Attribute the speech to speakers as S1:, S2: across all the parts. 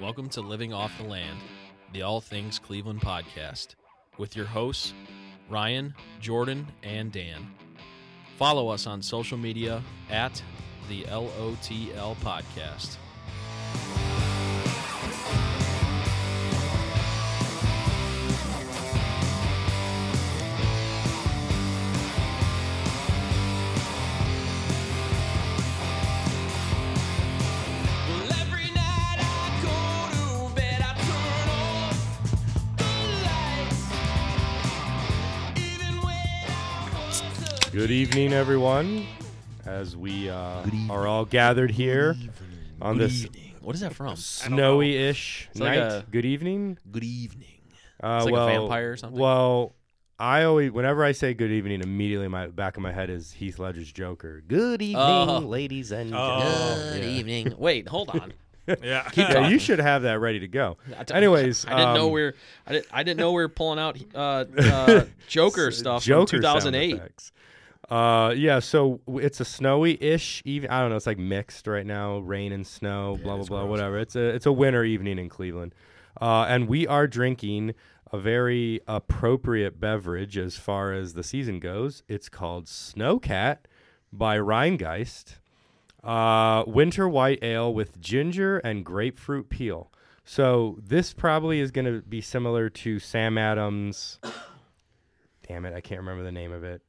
S1: Welcome to Living Off the Land, the All Things Cleveland podcast, with your hosts, Ryan, Jordan, and Dan. Follow us on social media at the LOTL Podcast.
S2: Well, every night I go to bed, I turn off the lights. Even when I was a
S3: Good evening, everyone. As we uh, are all gathered here on this Uh,
S1: What is that from?
S3: snowy-ish
S1: It's like
S3: night.
S1: a-
S3: Good evening.
S1: Good evening.
S3: Uh,
S1: It's like a
S3: well,
S1: vampire or something?
S3: Well, I always, whenever I say good evening, immediately my back of my head is Heath Ledger's Joker. Good evening,
S1: Oh.
S3: ladies and
S4: Oh.
S3: gentlemen.
S1: Good
S3: Yeah.
S1: evening. Wait, hold on.
S4: Yeah.
S3: Yeah, you should have that ready to go.
S1: I d-
S3: Anyways,
S1: I didn't know
S3: um,
S1: we are I didn't, I didn't know we were pulling out uh, uh, Joker stuff
S3: Joker
S1: from
S3: sound
S1: 2008.
S3: effects. Uh, yeah, so w- it's a snowy-ish even. I don't know. It's like mixed right now, rain and snow, blah blah
S4: it's
S3: blah,
S4: gross.
S3: whatever. It's a it's a winter evening in Cleveland, uh, and we are drinking a very appropriate beverage as far as the season goes. It's called Snowcat by Rheingeist, uh, winter white ale with ginger and grapefruit peel. So this probably is going to be similar to Sam Adams. Damn it, I can't remember the name of it.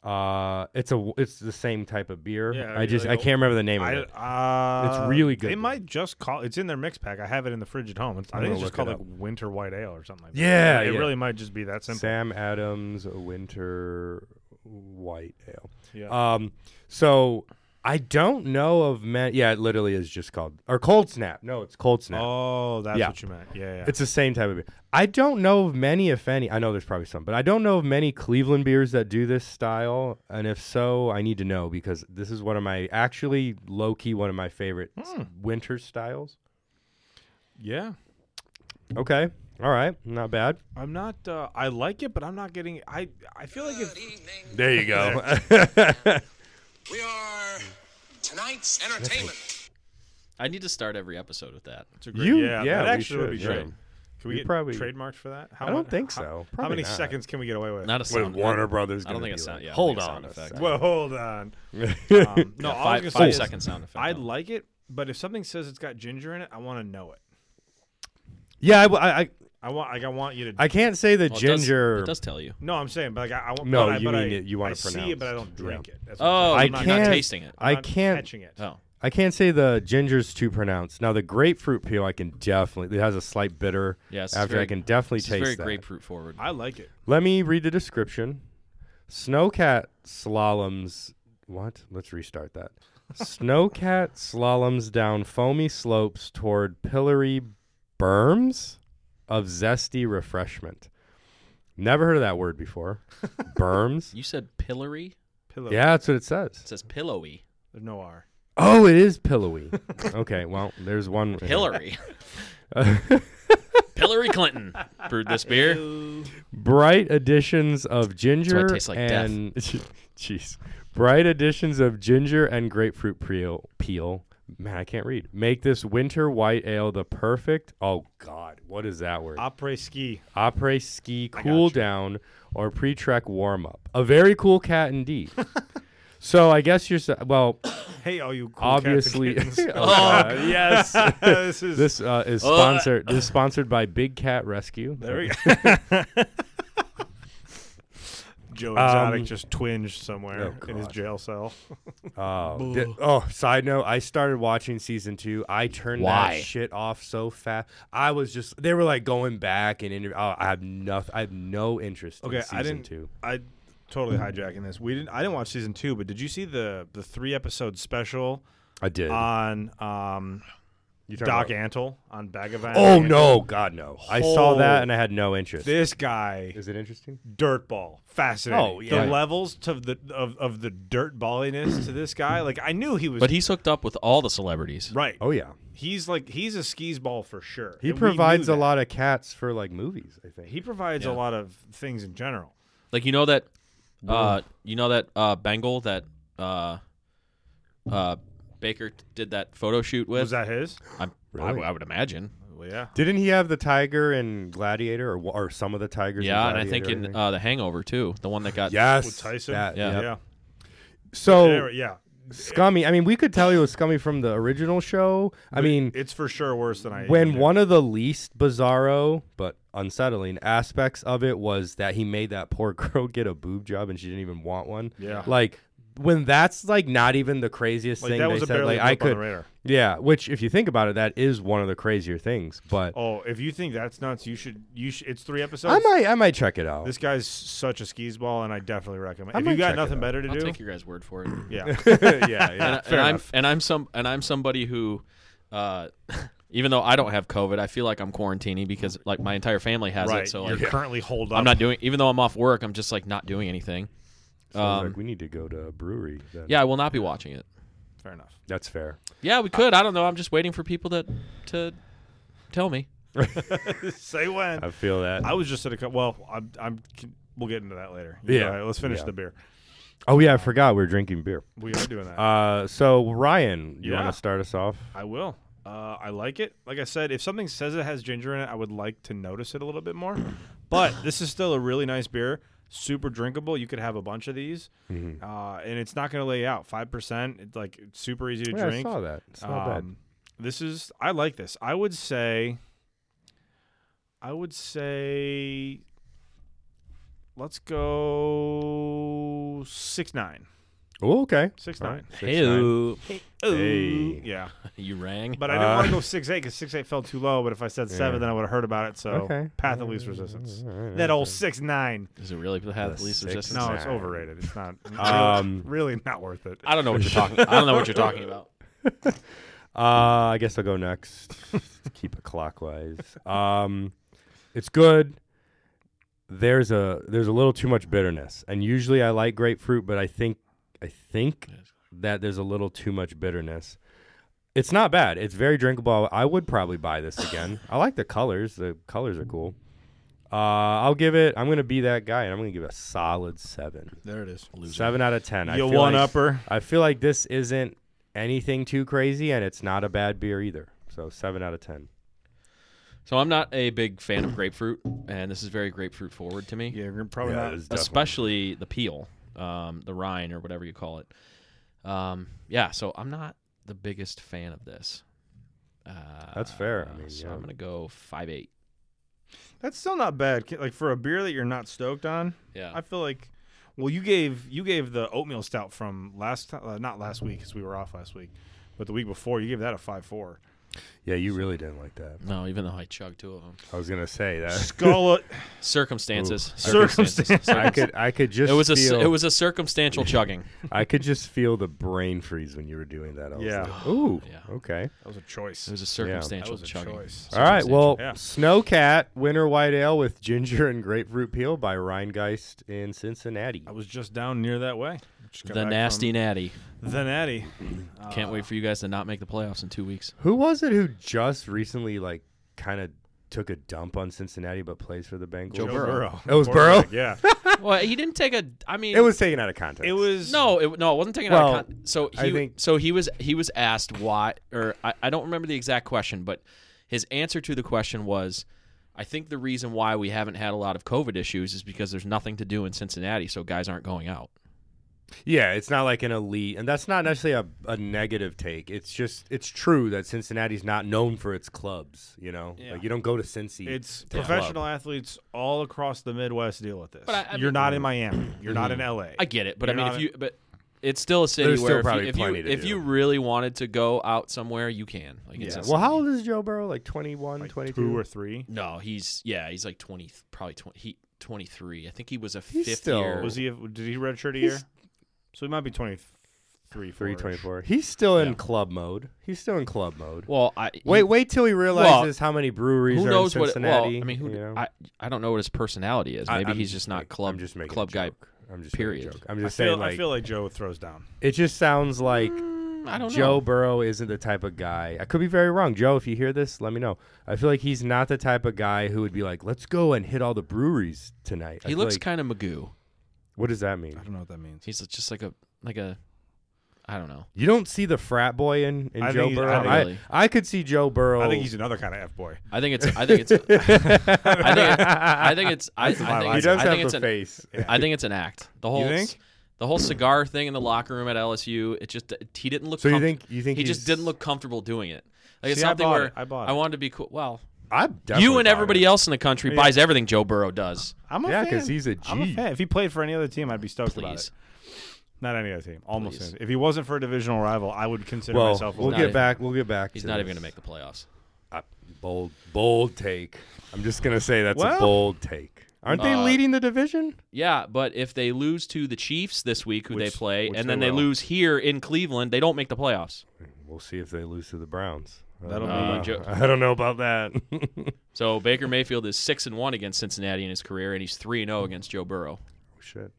S3: Uh, it's a it's the same type of beer.
S4: Yeah,
S3: I just
S4: like
S3: I
S4: a-
S3: can't remember the name
S4: I,
S3: of it.
S4: uh,
S3: It's really good,
S4: They
S3: though.
S4: might just call it's in their mix pack. I have it in the fridge at home. It's,
S3: I'm
S4: I think it's
S3: gonna
S4: just
S3: look
S4: called
S3: it
S4: like winter white ale or something like that.
S3: Yeah,
S4: It
S3: yeah.
S4: really might just be that simple.
S3: Sam Adams Winter White Ale.
S4: yeah.
S3: Um, so I don't know of man. Yeah, it literally is just called or Cold Snap. No, it's Cold Snap.
S4: oh, that's
S3: yeah.
S4: what you meant. Yeah, yeah.
S3: It's the same type of beer. I don't know of many, if any. I know there's probably some, but I don't know of many Cleveland beers that do this style. And if so, I need to know because this is one of my actually low key one of my favorite s-
S4: Hmm.
S3: winter styles.
S4: yeah.
S3: Okay, all right, not bad.
S4: I'm not uh, I like it, but I'm not getting I I feel like if
S3: There you go.
S5: We are tonight's entertainment.
S1: I need to start every episode with that.
S4: it's a great
S3: You-
S4: yeah,
S3: yeah,
S4: that
S3: we
S4: actually would be
S3: should,
S4: great.
S3: yeah.
S4: Can we,
S3: We
S4: get
S3: probably-
S4: trademarked for that? How
S3: I don't
S4: mu-
S3: think so.
S4: how- How
S3: Probably
S4: many
S3: not.
S4: seconds can we get away with?
S1: Not a sound.
S3: Brothers,
S1: I don't
S3: gonna
S1: think
S3: be
S1: it's sound.
S3: like,
S1: Yeah, I don't
S3: Hold
S1: think it's
S3: on
S1: sound
S3: a
S1: effect.
S3: second.
S4: well, hold on. Um, no, all I
S1: Five, five
S4: was gonna say is-
S1: second sound effect.
S4: I
S1: though.
S4: like it, but if something says it's got ginger in it, I want to know it.
S3: Yeah, I, w- I- I-
S4: I want, like, I want you to.
S3: I can't say the
S1: Well, it does-
S3: ginger.
S1: It does tell you.
S4: no, I'm saying, but like, I, I want.
S3: No,
S4: but I,
S3: you
S4: but
S3: mean
S4: I,
S3: it- you wanna
S4: I see it, but I
S3: pronounce
S4: don't
S3: it.
S4: drink it. That's what
S1: Oh,
S4: I'm
S3: I
S4: saying.
S1: you're
S4: I'm
S1: not
S3: can't-
S1: tasting it.
S3: I
S4: I'm not
S3: can't.
S4: catching it.
S1: Oh,
S3: I can't say the ginger's too pronounced. Now the grapefruit peel, I can definitely. It has a slight bitter.
S1: Yes, it's
S3: After
S1: very-
S3: I can definitely
S1: it's
S3: taste
S1: very
S3: that.
S1: grapefruit forward.
S4: I like it.
S3: Let me read the description. Snowcat slaloms. What? Let's restart that. Snowcat slaloms down foamy slopes toward pillory berms of zesty refreshment. Never heard of that word before. Berms.
S1: You said pillory.
S4: Pillow.
S3: Yeah, that's what it says.
S1: It says pillowy.
S4: There's no R.
S3: Oh, it is pillowy. okay, well, there's one.
S1: Hillary. Hillary Clinton brewed this beer.
S3: Bright additions of ginger
S1: tastes like death.
S3: and jeez, bright additions of ginger and grapefruit peel. Peel. Man, I can't read. Make this winter white ale the perfect. Oh God, what is that word?
S4: Après ski.
S3: Après ski cool down or pre trek warm up. A very cool cat indeed. so I guess you're s- well.
S4: Hey, all you cool
S3: obviously,
S4: Cats
S3: Oh, God, yes.
S4: and kittens. this is
S3: This uh, is
S1: Oh.
S3: sponsored. this is sponsored by Big Cat Rescue.
S4: There we go. Joe Exotic
S3: Um,
S4: just twinged somewhere
S3: Oh,
S4: in his
S3: God.
S4: jail cell.
S3: Oh, di- oh, side note, I started watching season two. I turned
S1: Why?
S3: that shit off so fast. I was just they were like going back and interview. Oh, I have nothing. I have no interest.
S4: Okay,
S3: in season
S4: I didn't.
S3: two.
S4: I totally hijacking this. We didn't. I didn't watch season two, but did you see the the three episode special
S3: I did.
S4: on um
S3: You talking
S4: Doc
S3: about-
S4: Antle on Bagavan?
S3: oh no, God no! I saw
S4: Oh.
S3: that and I had no interest.
S4: This guy,
S3: Is it interesting?
S4: dirtball, fascinating.
S3: Oh, yeah.
S4: The levels to the of, of the dirt balliness to this guy, like I knew he was.
S1: But he's hooked up with all the celebrities.
S4: right.
S3: Oh yeah,
S4: He's like he's a skis ball for sure.
S3: he
S4: and we knew
S3: provides a
S4: that.
S3: lot of cats for like movies. I think.
S4: He provides
S1: Yeah.
S4: a lot of things in general.
S1: Like you know that, uh, you know that uh, Bengal that uh, uh, Baker t- did that photo shoot with.
S4: Was that his?
S1: I'm- I,
S3: Really?
S1: w- I would imagine.
S4: Probably, yeah.
S3: Didn't he have the tiger in Gladiator, or wh- or some of the tigers?
S1: Yeah,
S3: in
S1: and I think
S3: Gladiator,
S1: in uh, the Hangover too, the one that got
S3: yes,
S4: With Tyson?
S3: that-
S1: Yeah.
S3: yep.
S4: Yeah.
S3: So
S4: Anyway, yeah.
S3: scummy. I mean, we could tell you was scummy from the original show. I mean,
S4: It's for sure worse than I
S3: when
S4: hated it.
S3: one of the least bizarro but unsettling aspects of it was that he made that poor girl get a boob job and she didn't even want one.
S4: Yeah.
S3: Like when that's like not even the craziest
S4: like
S3: thing
S4: that
S3: they
S4: was a
S3: said.
S4: barely
S3: Like I
S4: blip on
S3: could,
S4: the radar.
S3: yeah. Which, if you think about it, that is one of the crazier things. But
S4: Oh, if you think that's nuts, you should you should it's three episodes.
S3: I might, I might check it out.
S4: This guy's such a skis ball and I definitely recommend.
S3: I
S4: if
S3: might
S4: you
S3: check
S4: got
S3: it
S4: nothing
S3: out.
S4: better to
S1: I'll
S4: do.
S1: take your guys' word for it.
S4: yeah.
S3: yeah, yeah.
S1: and, and I'm and I'm some and I'm somebody who, uh, even though I don't have COVID, I feel like I'm quarantining because like my entire family has
S4: right.
S1: it. So
S4: You're
S1: like,
S4: currently holed up.
S1: I'm not doing. Even though I'm off work, I'm just like not doing anything.
S3: So I was
S1: Um,
S3: like, we need to go to a brewery. Then.
S1: Yeah, I will not be watching it.
S4: Fair enough.
S3: that's fair.
S1: Yeah, we could. I don't know. I'm just waiting for people to to tell me.
S4: Say when.
S3: I feel that.
S4: I was just at a co- well. I'm. I'm we'll get into that later.
S3: Yeah.
S4: All right, let's finish
S3: Yeah.
S4: the beer.
S3: oh yeah, I forgot we were drinking beer.
S4: We are doing that.
S3: Uh, so Ryan, you
S4: Yeah.
S3: want to start us off?
S4: I will. Uh, I like it. Like I said, if something says it has ginger in it, I would like to notice it a little bit more. But this is still a really nice beer. Super drinkable. You could have a bunch of these,
S3: Mm-hmm.
S4: uh, and it's not going to lay out. Five percent. It's like it's super easy to
S3: Yeah, I
S4: drink.
S3: saw that. It's not bad.
S4: Um, This is I like this. I would say I would say let's go six nine.
S3: Oh, okay.
S4: Six
S3: All
S4: nine.
S3: right, six, nine. Hey.
S4: Yeah.
S1: you rang.
S4: But I didn't
S3: Uh,
S4: want to go six eight because six eight fell too low, but if I said seven then I would have heard about it, so
S3: Okay.
S4: path of least resistance.
S3: All right,
S4: That
S3: all
S4: old six nine.
S1: Is it really the path of
S3: The
S1: least
S3: six-
S1: resistance?
S4: No,
S1: No,
S4: it's
S3: Nine.
S4: overrated. It's not
S3: Um,
S4: really not worth it.
S1: I don't know what you're talking. I don't know what you're talking about.
S3: right. Uh, I guess I'll go next. Keep it clockwise. Um, it's good. There's a there's a little too much bitterness, and usually I like grapefruit, but I think I think that there's a little too much bitterness. It's not bad. It's very drinkable. I would probably buy this again. I like the colors. The colors are cool. Uh, I'll give it. I'm gonna be that guy, and I'm gonna give it a solid seven.
S4: There it is.
S3: Seven out of ten. I
S4: You
S3: feel
S4: one
S3: like-
S4: upper.
S3: I feel like this isn't anything too crazy, and it's not a bad beer either. So seven out of ten.
S1: So I'm not a big fan of grapefruit, and this is very grapefruit forward to me.
S4: Yeah, you're probably not
S1: especially the peel, um, the rind or whatever you call it. Um, yeah, so I'm not the biggest fan of this. Uh,
S3: That's fair. I mean,
S1: so
S3: yeah.
S1: I'm gonna go five eight.
S4: That's still not bad. Ki- Like for a beer that you're not stoked on,
S1: Yeah,
S4: I feel like. Well, you gave you gave the oatmeal stout from last time, uh, not last week because we were off last week, but the week before you gave that a five four.
S3: yeah, you really didn't like that.
S1: no, even though I chugged two of them.
S3: I was gonna say that.
S4: Skull it.
S1: Circumstances,
S4: Circumstances.
S3: I could, I could just.
S1: It was a s-
S3: feel,
S1: it was a circumstantial chugging.
S3: I could just feel the brain freeze when you were doing that. I was
S4: Yeah.
S3: like, Ooh.
S1: Yeah.
S3: Okay.
S4: That was a choice.
S1: It was a
S4: that
S1: circumstantial
S4: was a
S1: chugging.
S4: choice.
S3: All right. Well,
S4: Yeah.
S3: Snowcat Winter White Ale with ginger and grapefruit peel by Rheingeist in Cincinnati.
S4: I was just down near that way. Just got
S1: The
S4: back from Uh,
S1: nasty natty.
S4: the natty.
S1: Can't wait for you guys to not make the playoffs in two weeks.
S3: Who was it who just recently like kind of took a dump on Cincinnati but plays for the Bengals?
S1: Joe Burrow.
S3: It was
S4: Or-
S3: Burrow?
S4: Yeah.
S1: well, he didn't take a. I mean,
S3: It was taken out of context.
S4: It was
S1: No, it, no, it wasn't taken out
S3: Well,
S1: of con- so he
S3: I think-
S1: so he was he was asked why or I, I don't remember the exact question, but his answer to the question was I think the reason why we haven't had a lot of COVID issues is because there's nothing to do in Cincinnati, so guys aren't going out.
S3: Yeah, it's not like an elite, and that's not necessarily a, a negative take. It's just it's true that Cincinnati's not known for its clubs. You know,
S4: Yeah.
S3: like you don't go to Cincy.
S4: It's
S3: to
S4: professional
S3: club.
S4: athletes all across the Midwest deal with this.
S1: But I- I
S4: you're
S1: mean- Mm-hmm.
S4: not in Miami. You're not in LA.
S1: I get it, but
S4: You're
S1: I mean
S4: not
S1: if
S4: a-
S1: you but it's still a city
S3: There's still
S1: where
S3: probably
S1: if, you, if,
S3: plenty
S1: you,
S3: to
S1: if
S3: do.
S1: you really wanted to go out somewhere, you can. Like it's
S4: Yeah,
S1: just-
S3: Well, how old is Joe Burrow? Like 21,
S4: Like
S3: 22?
S4: two or three.
S1: no, he's yeah, he's like twenty, probably twenty. He, 23. I think he was a
S3: He's
S1: fifth
S3: still-
S1: year.
S4: Was he? Did he redshirt a year?
S3: He's-
S4: So he might be 23,
S3: 3,
S4: 4-ish.
S3: 24. He's still in
S1: Yeah.
S3: club mode. He's still in club mode.
S1: Well, I
S3: wait, wait till he realizes how many breweries
S1: who
S3: are
S1: knows
S3: in
S1: what? It,
S3: Cincinnati.
S1: well, I mean, who?
S3: you know?
S1: I I don't know what his personality is.
S3: I-
S1: Maybe
S3: I'm
S1: he's just not
S3: like,
S1: club.
S3: I'm just making a
S1: club guy.
S3: joke. I'm just making a
S1: period.
S3: joke. I'm
S4: I
S3: just
S4: feel,
S3: saying, like,
S4: I feel like Joe throws down.
S3: it just sounds like
S1: I don't
S3: Joe
S1: know.
S3: Burrow isn't the type of guy. I could be very wrong. Joe, if you hear this, let me know. I feel like he's not the type of guy who would be like, "Let's go and hit all the breweries tonight." I
S1: He
S3: feel
S1: looks
S3: like-
S1: kind of Magoo.
S3: What does that mean?
S4: I don't know what that means.
S1: He's just like a like a. I don't know.
S3: You don't see the frat boy in, in
S4: I
S3: Joe
S4: think he's- I
S3: Burrow.
S4: think-
S3: I,
S1: Really?
S3: I could see Joe Burrow.
S4: I think he's another kind of f boy.
S1: I think it's. I think it's. I think. It, I think it's. I, I think
S4: vibe.
S1: it's.
S4: He
S3: he does
S1: I think
S3: have
S1: it's
S3: the
S1: an,
S3: face.
S1: I think it's an act. The whole. s-
S4: think?
S1: The whole cigar thing in the locker room at LSU. It just. He didn't look.
S3: So you
S1: comf-
S3: think- you think
S1: he just
S3: he's-
S1: didn't look comfortable doing it. Like it's
S4: See, I
S1: something
S4: bought
S1: where
S4: it. I bought
S1: I
S4: it.
S1: wanted to be cool. Well,
S3: I'm
S1: you and everybody else in the country buys everything Joe Burrow does.
S4: I'm a
S3: Yeah,
S4: fan.
S3: 'cause he's a
S4: I'm a
S3: G.
S4: fan. If he played for any other team, I'd be stoked about
S1: Please.
S4: it. Not any other team. Almost.
S1: Please.
S4: any- If he wasn't for a divisional rival, I would consider
S3: Well,
S4: myself. a
S3: we'll
S1: not
S3: get
S4: winner.
S1: even-
S3: back. We'll get back.
S1: He's
S3: to
S1: not even
S3: this.
S1: going to make the playoffs.
S3: I- bold, bold take. I'm just gonna say that's a
S4: Well-
S3: bold take. Aren't they
S1: Uh,
S3: leading the division?
S1: Yeah, but if they lose to the Chiefs this week, who
S4: Which-
S1: they play,
S4: which
S1: and
S4: they
S1: then they
S4: will.
S1: lose here in Cleveland, they don't make the playoffs.
S3: We'll see if they lose to the Browns. I
S4: That'll
S3: don't know
S1: be- Joe-
S3: about- I don't know about that.
S1: So Baker Mayfield is six and one against Cincinnati in his career, and he's three and zero against Joe Burrow.
S3: Shit.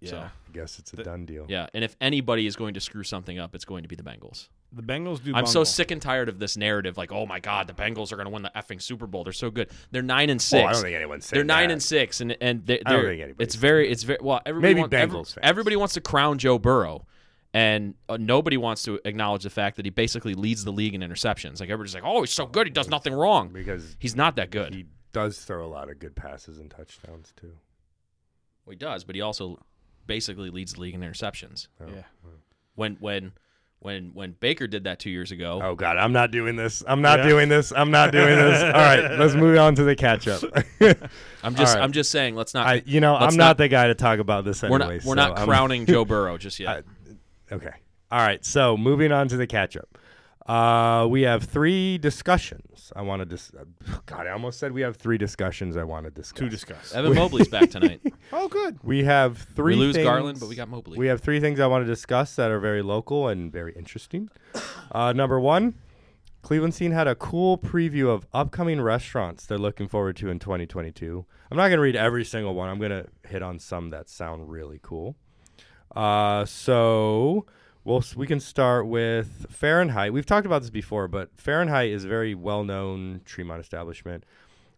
S4: Yeah.
S1: So
S3: I guess it's a done deal.
S1: yeah, and if anybody is going to screw something up, it's going to be the Bengals.
S4: The Bengals do.
S1: I'm so
S4: bungle.
S1: sick and tired of this narrative, like, oh my God, the Bengals are going to win the effing Super Bowl. They're so good. They're nine and six.
S3: Well, Oh, I don't think anyone's saying
S1: They're nine
S3: that.
S1: and six, and and they,
S3: I don't
S1: they're-
S3: think anybody's
S1: it's very it's very well. Everybody
S3: Maybe
S1: wants, every-
S3: Bengals fans.
S1: everybody wants to crown Joe Burrow, and uh, nobody wants to acknowledge the fact that he basically leads the league in interceptions. Like everybody's like, oh, he's so good, he does nothing wrong.
S3: Because
S1: He's not that good.
S3: he does throw a lot of good passes and touchdowns too.
S1: Well, he does, but he also basically leads the league in interceptions.
S4: Yeah.
S1: When when when when Baker did that two years ago,
S3: Oh God, I'm not doing this. I'm not
S4: Yeah.
S3: doing this. I'm not doing this. All right, let's move on to the catch up.
S1: I'm just
S3: all right.
S1: I'm just saying, let's not.
S3: I, you know,
S1: let's
S3: I'm not, the guy to talk about this
S1: we're
S3: anyway.
S1: not we're
S3: so um,
S1: not
S3: I'm-
S1: crowning Joe Burrow just yet.
S3: Okay. All right. So moving on to the catch up. Uh, we have three discussions. I want to dis- God, I almost said we have three discussions. I want to discuss.
S4: to discuss.
S1: Evan Mobley's back tonight.
S4: Oh, good.
S3: We have three.
S1: we lose
S3: things-
S1: Garland, but we got Mobley.
S3: We have three things I want to discuss that are very local and very interesting. Uh, number one, Cleveland Scene had a cool preview of upcoming restaurants they're looking forward to in 2022. I'm not going to read every single one. I'm going to hit on some that sound really cool. Uh, so we'll, we can start with Fahrenheit. We've talked about this before, but Fahrenheit is a very well known Tremont establishment.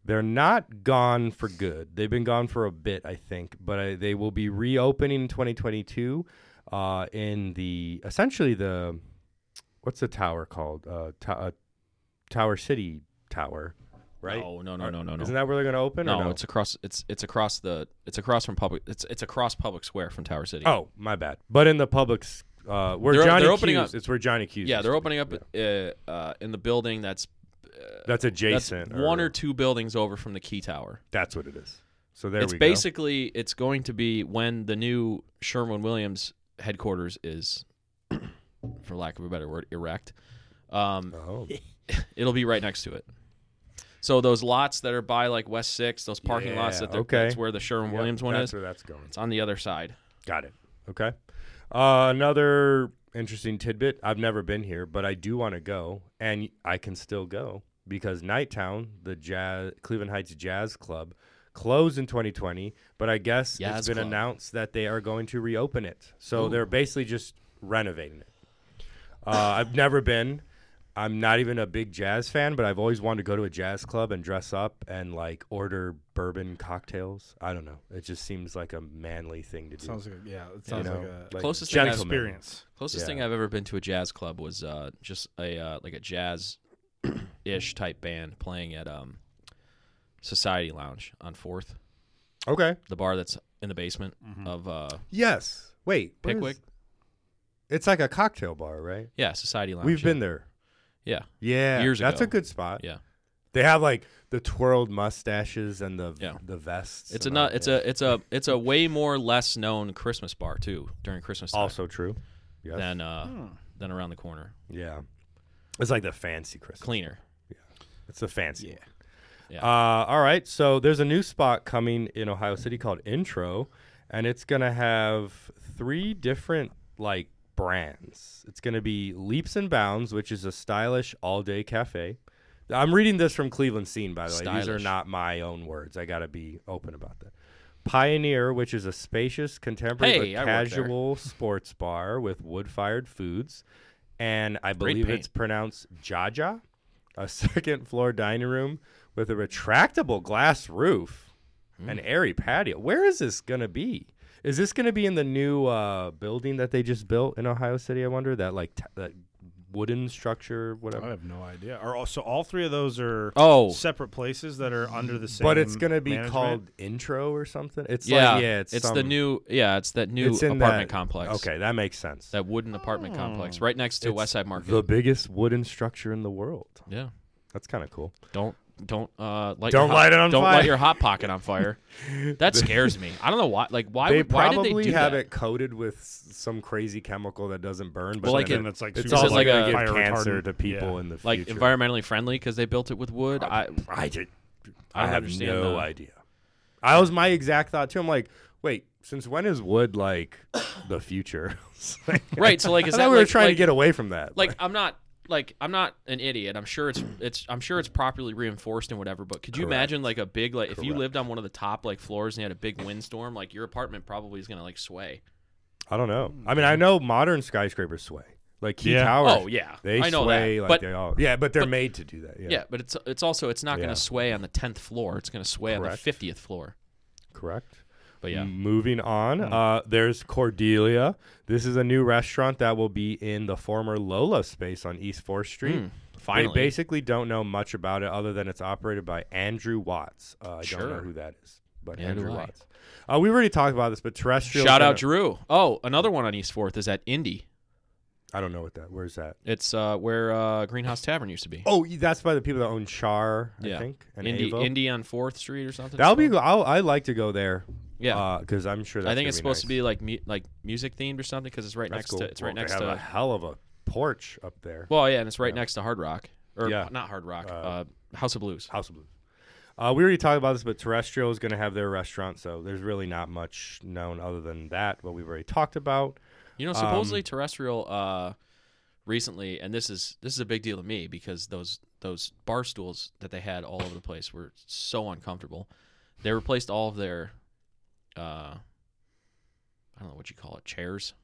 S3: They're not gone for good. They've been gone for a bit, I think, but I, they will be reopening in 2022 uh, in the essentially the what's the tower called? Uh, to, uh, tower City Tower, right?
S1: No, no, no, no, no, no.
S3: Isn't that where they're going to open?
S1: No,
S3: or no?
S1: it's across. It's it's across the. It's across from public. It's it's across public square from Tower City.
S3: oh, my bad. But in the public's, uh, where
S1: They're-
S3: Johnny
S1: they're opening
S3: Q's-
S1: up-
S3: it's where Johnny Q's.
S1: yeah,
S3: used
S1: they're
S3: to be.
S1: opening up uh, uh, in the building that's
S3: That's
S1: that's
S3: adjacent.
S1: one or two buildings over from the Key Tower.
S3: That's what it is. So there
S1: it's
S3: we go.
S1: basically it's going to be when the new Sherman Williams headquarters is, for lack of a better word, erect. Um,
S3: Oh,
S1: it'll be right next to it. So those lots that are by like West Six, those parking lots
S3: Yeah,
S1: that they're-
S3: okay.
S1: that's where the Sherman Williams one
S3: that's
S1: is.
S3: where that's going.
S1: It's on the other side.
S3: Got it. Okay. Uh, another interesting tidbit. I've never been here, but I do want to go, and I can still go because Nighttown, the jazz, Cleveland Heights Jazz Club, closed in 2020, but I guess
S1: Jazz
S3: it's been
S1: club.
S3: announced that they are going to reopen it. So they're basically just renovating it. Uh, I've never been. I'm not even a big jazz fan, but I've always wanted to go to a jazz club and dress up and like order bourbon cocktails. I don't know. It just seems like a manly thing to do
S4: Sounds like a, yeah. It sounds like a
S1: Closest thing I've-
S3: gentleman.
S4: experience.
S1: Closest
S3: Yeah.
S1: thing I've ever been to a jazz club was uh, just a uh, like a jazz
S3: Mm-hmm.
S1: ish type band playing at um, Society Lounge on Fourth,
S3: Okay.
S1: the bar that's in the basement
S3: Mm-hmm.
S1: of uh,
S3: Yes. Wait. where is-
S1: Pickwick.
S3: It's like a cocktail bar, right?
S1: Yeah, Society Lounge.
S3: We've
S1: yeah.
S3: been there.
S1: Yeah,
S3: Yeah.
S1: Years
S3: That's
S1: ago.
S3: a good spot.
S1: yeah.
S3: They have like the twirled mustaches and the
S1: Yeah.
S3: the vests.
S1: It's a
S3: and
S1: nu-
S3: all-
S1: it's
S3: yeah.
S1: a it's a it's a way more less known Christmas bar too during Christmas time
S3: also true. Yes.
S1: than uh,
S3: Hmm.
S1: than around the corner.
S3: yeah. It's like the fancy Christmas.
S1: Cleaner.
S3: It's the fancy. Yeah.
S1: Yeah.
S3: Uh, all right. So there's a new spot coming in Ohio City called Intro, and it's gonna have three different like brands. It's gonna be Leaps and Bounds, which is a stylish all-day cafe. I'm reading this from Cleveland Scene, by the way. These are
S1: Stylish.
S3: not my own words. I gotta be open about that. Pioneer, which is a spacious, contemporary
S1: Hey, I work
S3: but
S1: there.
S3: casual sports bar with wood-fired foods, and I believe
S1: paint.
S3: it's pronounced Jaja a second floor dining room with
S1: Hmm.
S3: a retractable glass roof, an airy patio. Where is this going to be? Is this going to be in the new uh, building that they just built in Ohio City? I wonder that like t- that wooden structure,
S4: I
S3: whatever.
S4: have no idea. Are also all three of those are
S1: Oh.
S4: separate places that are under the same.
S3: But it's going to be
S4: management?
S3: called Intro or something. It's
S1: yeah,
S3: like, yeah, it's,
S1: the
S3: some-
S1: new. Yeah, it's that new
S3: it's in
S1: apartment
S3: that-
S1: complex.
S3: Okay, that makes sense.
S1: that wooden apartment complex right next to
S3: It's
S1: West Side Market.
S3: The biggest wooden structure in the world.
S1: yeah,
S3: That's kind of cool.
S1: don't don't uh light
S3: Don't
S1: your hot-
S3: light it on
S1: don't
S3: fire.
S1: light your hot pocket on fire. That scares me. I don't know why. Like why?
S3: they
S1: would- why
S3: probably
S1: did they do
S3: have
S1: that?
S3: it coated with s- some crazy chemical that doesn't burn, but
S1: Well, like
S3: then
S1: it-
S4: It's like
S3: it's
S4: super
S3: also
S1: is like
S3: gonna
S1: a-
S3: give
S4: fire
S3: cancer
S4: retardant.
S3: to people
S4: Yeah.
S3: in the
S1: Like
S3: future.
S1: environmentally friendly because they built it with wood. I
S3: I just,
S1: I
S3: I,
S1: don't
S3: have
S1: understand
S3: no
S1: the-
S3: idea. I was my exact thought too. I'm like, wait, since when is wood like the future? It's like-
S1: right. So like,
S3: I
S1: is
S3: thought
S1: that
S3: we were
S1: like-
S3: trying
S1: like-
S3: to get away from that.
S1: like I'm not like I'm not an idiot. I'm sure it's it's I'm sure it's properly reinforced and whatever. But could you
S3: Correct.
S1: imagine like a big like if you
S3: Correct.
S1: lived on one of the top like floors and you had a big windstorm, like your apartment probably is gonna like sway.
S3: I don't know. I mean, I know modern skyscrapers sway. Like key
S4: Yeah.
S3: towers.
S1: Oh, yeah.
S3: they
S1: I know
S3: sway
S1: that,
S3: like
S1: but-
S3: they all. Yeah, but they're
S1: but-
S3: made to do that. Yeah,
S1: Yeah, but it's it's also it's not
S3: Yeah.
S1: gonna sway on the tenth floor. It's gonna sway on the
S3: Correct. Mm.
S1: fiftieth floor.
S3: correct.
S1: But yeah, Mm.
S3: Moving on, uh, there's Cordelia. This is a new restaurant that will be in the former Lola space on East Fourth Street.
S1: Hmm, finally.
S3: They basically don't know much about it other than it's operated by Andrew Watts. Uh, I don't know
S1: Sure.
S3: who that is, but
S1: Neither
S3: Andrew
S1: do I.
S3: Watts. Uh, we already talked about this, but terrestrial.
S1: Shout out
S3: Drew.
S1: Drew. Oh, another one on East Fourth is at Indy.
S3: I don't know what that. Where's that?
S1: It's uh, where uh, Greenhouse Tavern used to be.
S3: Oh, y- that's by the people that own Char, I
S1: yeah,
S3: think. And
S1: Indy,
S3: Avo.
S1: Indy on Fourth Street or something.
S3: That'll
S1: it's
S3: be.
S1: called.
S3: go- I'll, I like to go there.
S1: Yeah.
S3: because I'm sure. That's
S1: I think
S3: gonna
S1: it's supposed to
S3: nice.
S1: be like mu- like music themed or something because it's right
S3: That's
S1: next
S3: cool.
S1: to it's right
S3: Well,
S1: next
S3: they
S1: to
S3: have a hell of a porch up there.
S1: Well, yeah, and it's right next to Hard Rock, or
S3: Yeah.
S1: not Hard Rock, uh, House of Blues.
S3: House of Blues. Uh, we already talked about this, but Terrestrial is going to have their restaurant, so there's really not much known other than that. What we've already talked about.
S1: You
S3: um,
S1: know, supposedly Terrestrial uh, recently, and this is this is a big deal to me because those those bar stools that they had all over the place were so uncomfortable. They replaced all of their, uh, I don't know what you call it, chairs.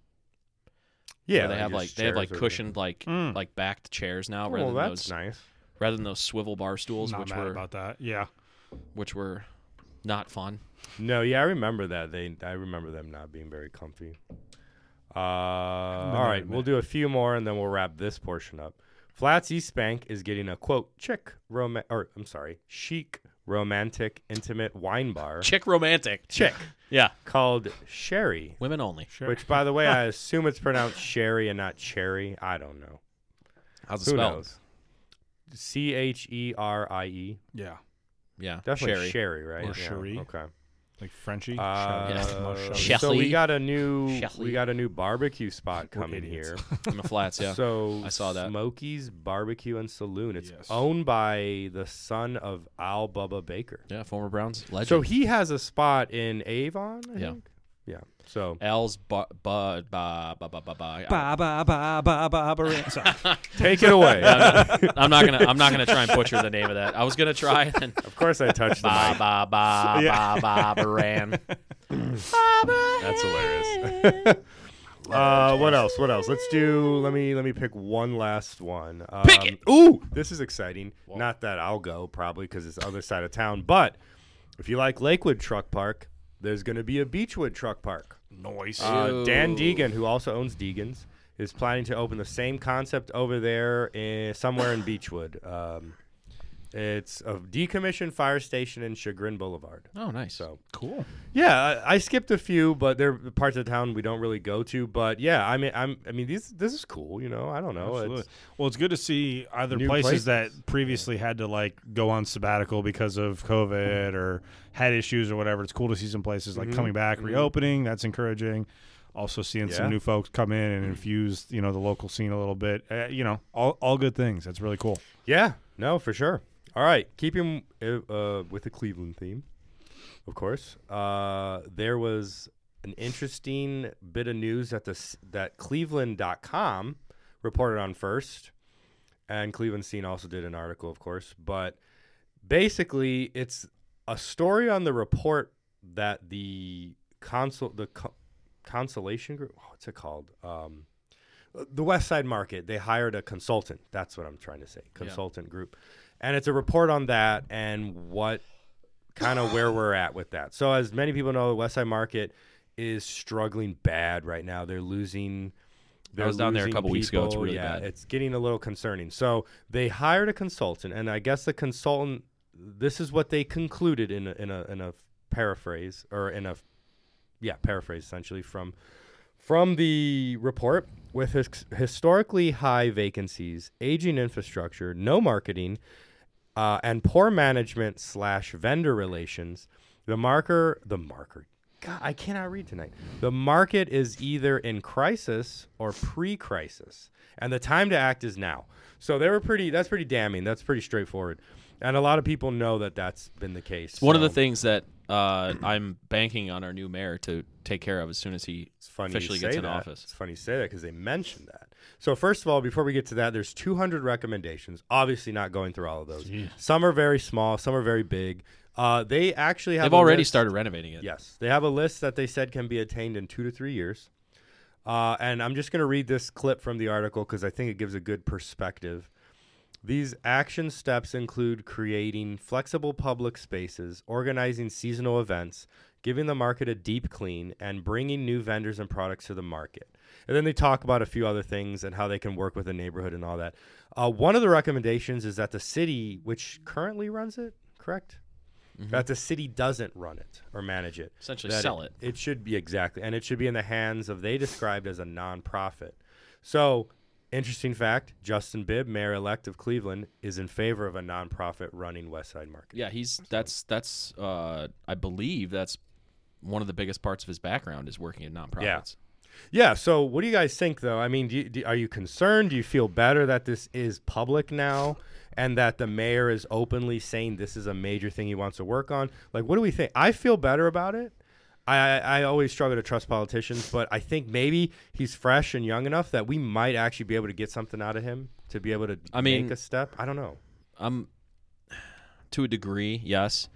S3: Yeah,
S1: Where they have like
S3: just
S1: they have like
S3: chairs or-
S1: cushioned like
S4: Mm.
S1: like backed chairs now
S3: Oh,
S1: rather
S3: well,
S1: than
S3: that's
S1: those
S3: nice.
S1: rather than those swivel bar stools
S4: Not
S1: which
S4: mad
S1: were
S4: about that. Yeah.
S1: which were not fun.
S3: No, yeah, I remember that. They, I remember them not being very comfy. Uh, all
S4: they're
S3: right, we'll
S4: mad.
S3: do a few more and then we'll wrap this portion up. Flats East Bank is getting a quote chick roman or I'm sorry, chic romantic intimate wine bar
S1: Chick romantic.
S3: chick
S1: Yeah.
S3: called Sherry,
S1: Women only.
S4: Sure.
S3: which by the way I assume it's pronounced Sherry and not Cherry. I don't know.
S1: How's it
S3: Who
S1: spelled?
S3: knows? C H E R I E.
S4: Yeah.
S1: Yeah.
S3: Definitely
S1: Sherry.
S3: Sherry, right?
S4: Or
S3: Yeah,
S4: Sherry.
S3: Okay.
S4: Like Frenchie.
S3: Uh,
S1: Shelly.
S3: so we got a new
S1: Shelly.
S3: we got a new barbecue spot
S4: We're
S3: coming
S4: idiots.
S3: here.
S1: in the flats. Yeah.
S3: So
S1: I saw that.
S3: Smokey's Barbecue and Saloon. It's
S4: Yes.
S3: owned by the son of Al Bubba Baker.
S1: yeah. Former Browns legend.
S3: So he has a spot in Avon. I
S1: Yeah.
S3: think? Yeah. So
S1: Al's bu- bu- ba ba ba ba ba.
S4: Ba ba ba ba ba ba. Sorry.
S3: take it away.
S1: I'm not gonna. I'm not gonna try and butcher the name of that. I was gonna try and
S3: of course, I touched the
S1: ba
S3: mic.
S1: ba ba
S4: Yeah.
S1: ba ba baran.
S3: That's hilarious. Uh, what else? What else? Let's do. Let me let me pick one last one. Um,
S1: Pick it.
S3: Ooh, this is exciting. Not that I'll go probably because it's the other side of town. But if you like Lakewood Truck Park, there's going to be a Beechwood Truck Park.
S4: Noise.
S3: Uh, Dan
S1: Ew.
S3: Deegan, who also owns Deegan's, is planning to open the same concept over there in, somewhere in Beechwood. Um, it's a decommissioned fire station in Chagrin Boulevard.
S1: Oh, nice.
S3: So-
S1: cool.
S3: Yeah, I, I skipped a few, but they're the parts of town we don't really go to. But yeah, I mean, I'm, I mean, these this is cool. You know, I don't know.
S4: Absolutely.
S3: Oh, It's,
S4: Well, it's good to see either
S3: New
S4: places,
S3: places.
S4: that previously had to like go on sabbatical because of
S3: Mm-hmm.
S4: COVID or had issues or whatever. It's cool to see some places like coming back, reopening. That's encouraging. Also, seeing
S3: Mm-hmm. Yeah. Mm-hmm.
S4: some new folks come in and infuse, you know, the local scene a little bit. Uh, you know, all, all good things. That's really cool.
S3: yeah, no, for sure. All right, keeping uh, uh, with the Cleveland theme, of course. Uh, there was an interesting bit of news that this that Cleveland.com reported on first, and Cleveland Scene also did an article, of course. But basically it's a story on the report that the consul the co- consolation group what's it called um the west side market they hired a consultant that's what i'm trying to say consultant group and it's a report on that and what kind of where we're at with that so as many people know the west side market is struggling bad right now. They're losing. They're
S1: was down there a
S3: losing
S1: couple weeks ago. It's
S3: people.
S1: really
S3: yeah,
S1: bad.
S3: It's getting a little concerning. So they hired a consultant, and I guess the consultant. This is what they concluded in a, in a in a paraphrase or in a yeah paraphrase essentially from from the report, with his historically high vacancies, aging infrastructure, no marketing, uh, and poor management slash vendor relations, the marker, the marker, God, I cannot read tonight. The market is either in crisis or pre-crisis, and the time to act is now. So they were pretty. That's pretty damning. That's pretty straightforward, and a lot of people know that that's been the case.
S1: One of the
S3: so
S1: things that uh, I'm banking on our new mayor to take care of as soon as he
S3: It's funny
S1: officially
S3: you say
S1: gets in
S3: that.
S1: office.
S3: It's funny you say that because they mentioned that. So first of all, before we get to that, there's 200 recommendations. Obviously, not going through all of those. Some are very small. Some are very big. Uh, they actually have.
S1: They've
S3: a
S1: already
S3: list-
S1: started renovating it.
S3: Yes, they have a list that they said can be attained in two to three years. Uh, and I'm just going to read this clip from the article because I think it gives a good perspective. These action steps include creating flexible public spaces, organizing seasonal events, giving the market a deep clean, and bringing new vendors and products to the market. And then they talk about a few other things and how they can work with the neighborhood and all that. Uh, one of the recommendations is that the city, which currently runs it, correct? That the city doesn't run it or manage it.
S1: Mm-hmm. Essentially
S3: That
S1: sell it.
S3: It should be exactly, and it should be in the hands of they described as a nonprofit. So, interesting fact: Justin Bibb, mayor elect of Cleveland, is in favor of a nonprofit running West Side Market.
S1: Yeah, he's that's that's uh, I believe that's one of the biggest parts of his background is working in nonprofits.
S3: Yeah. So, what do you guys think, though? I mean, do you, do, are you concerned? Do you feel better that this is public now? And that the mayor is openly saying this is a major thing he wants to work on. Like, what do we think? I feel better about it. I, I I always struggle to trust politicians, but I think maybe he's fresh and young enough that we might actually be able to get something out of him to be able to
S1: I mean-
S3: make a step. I don't know.
S1: I'm to a degree, yes.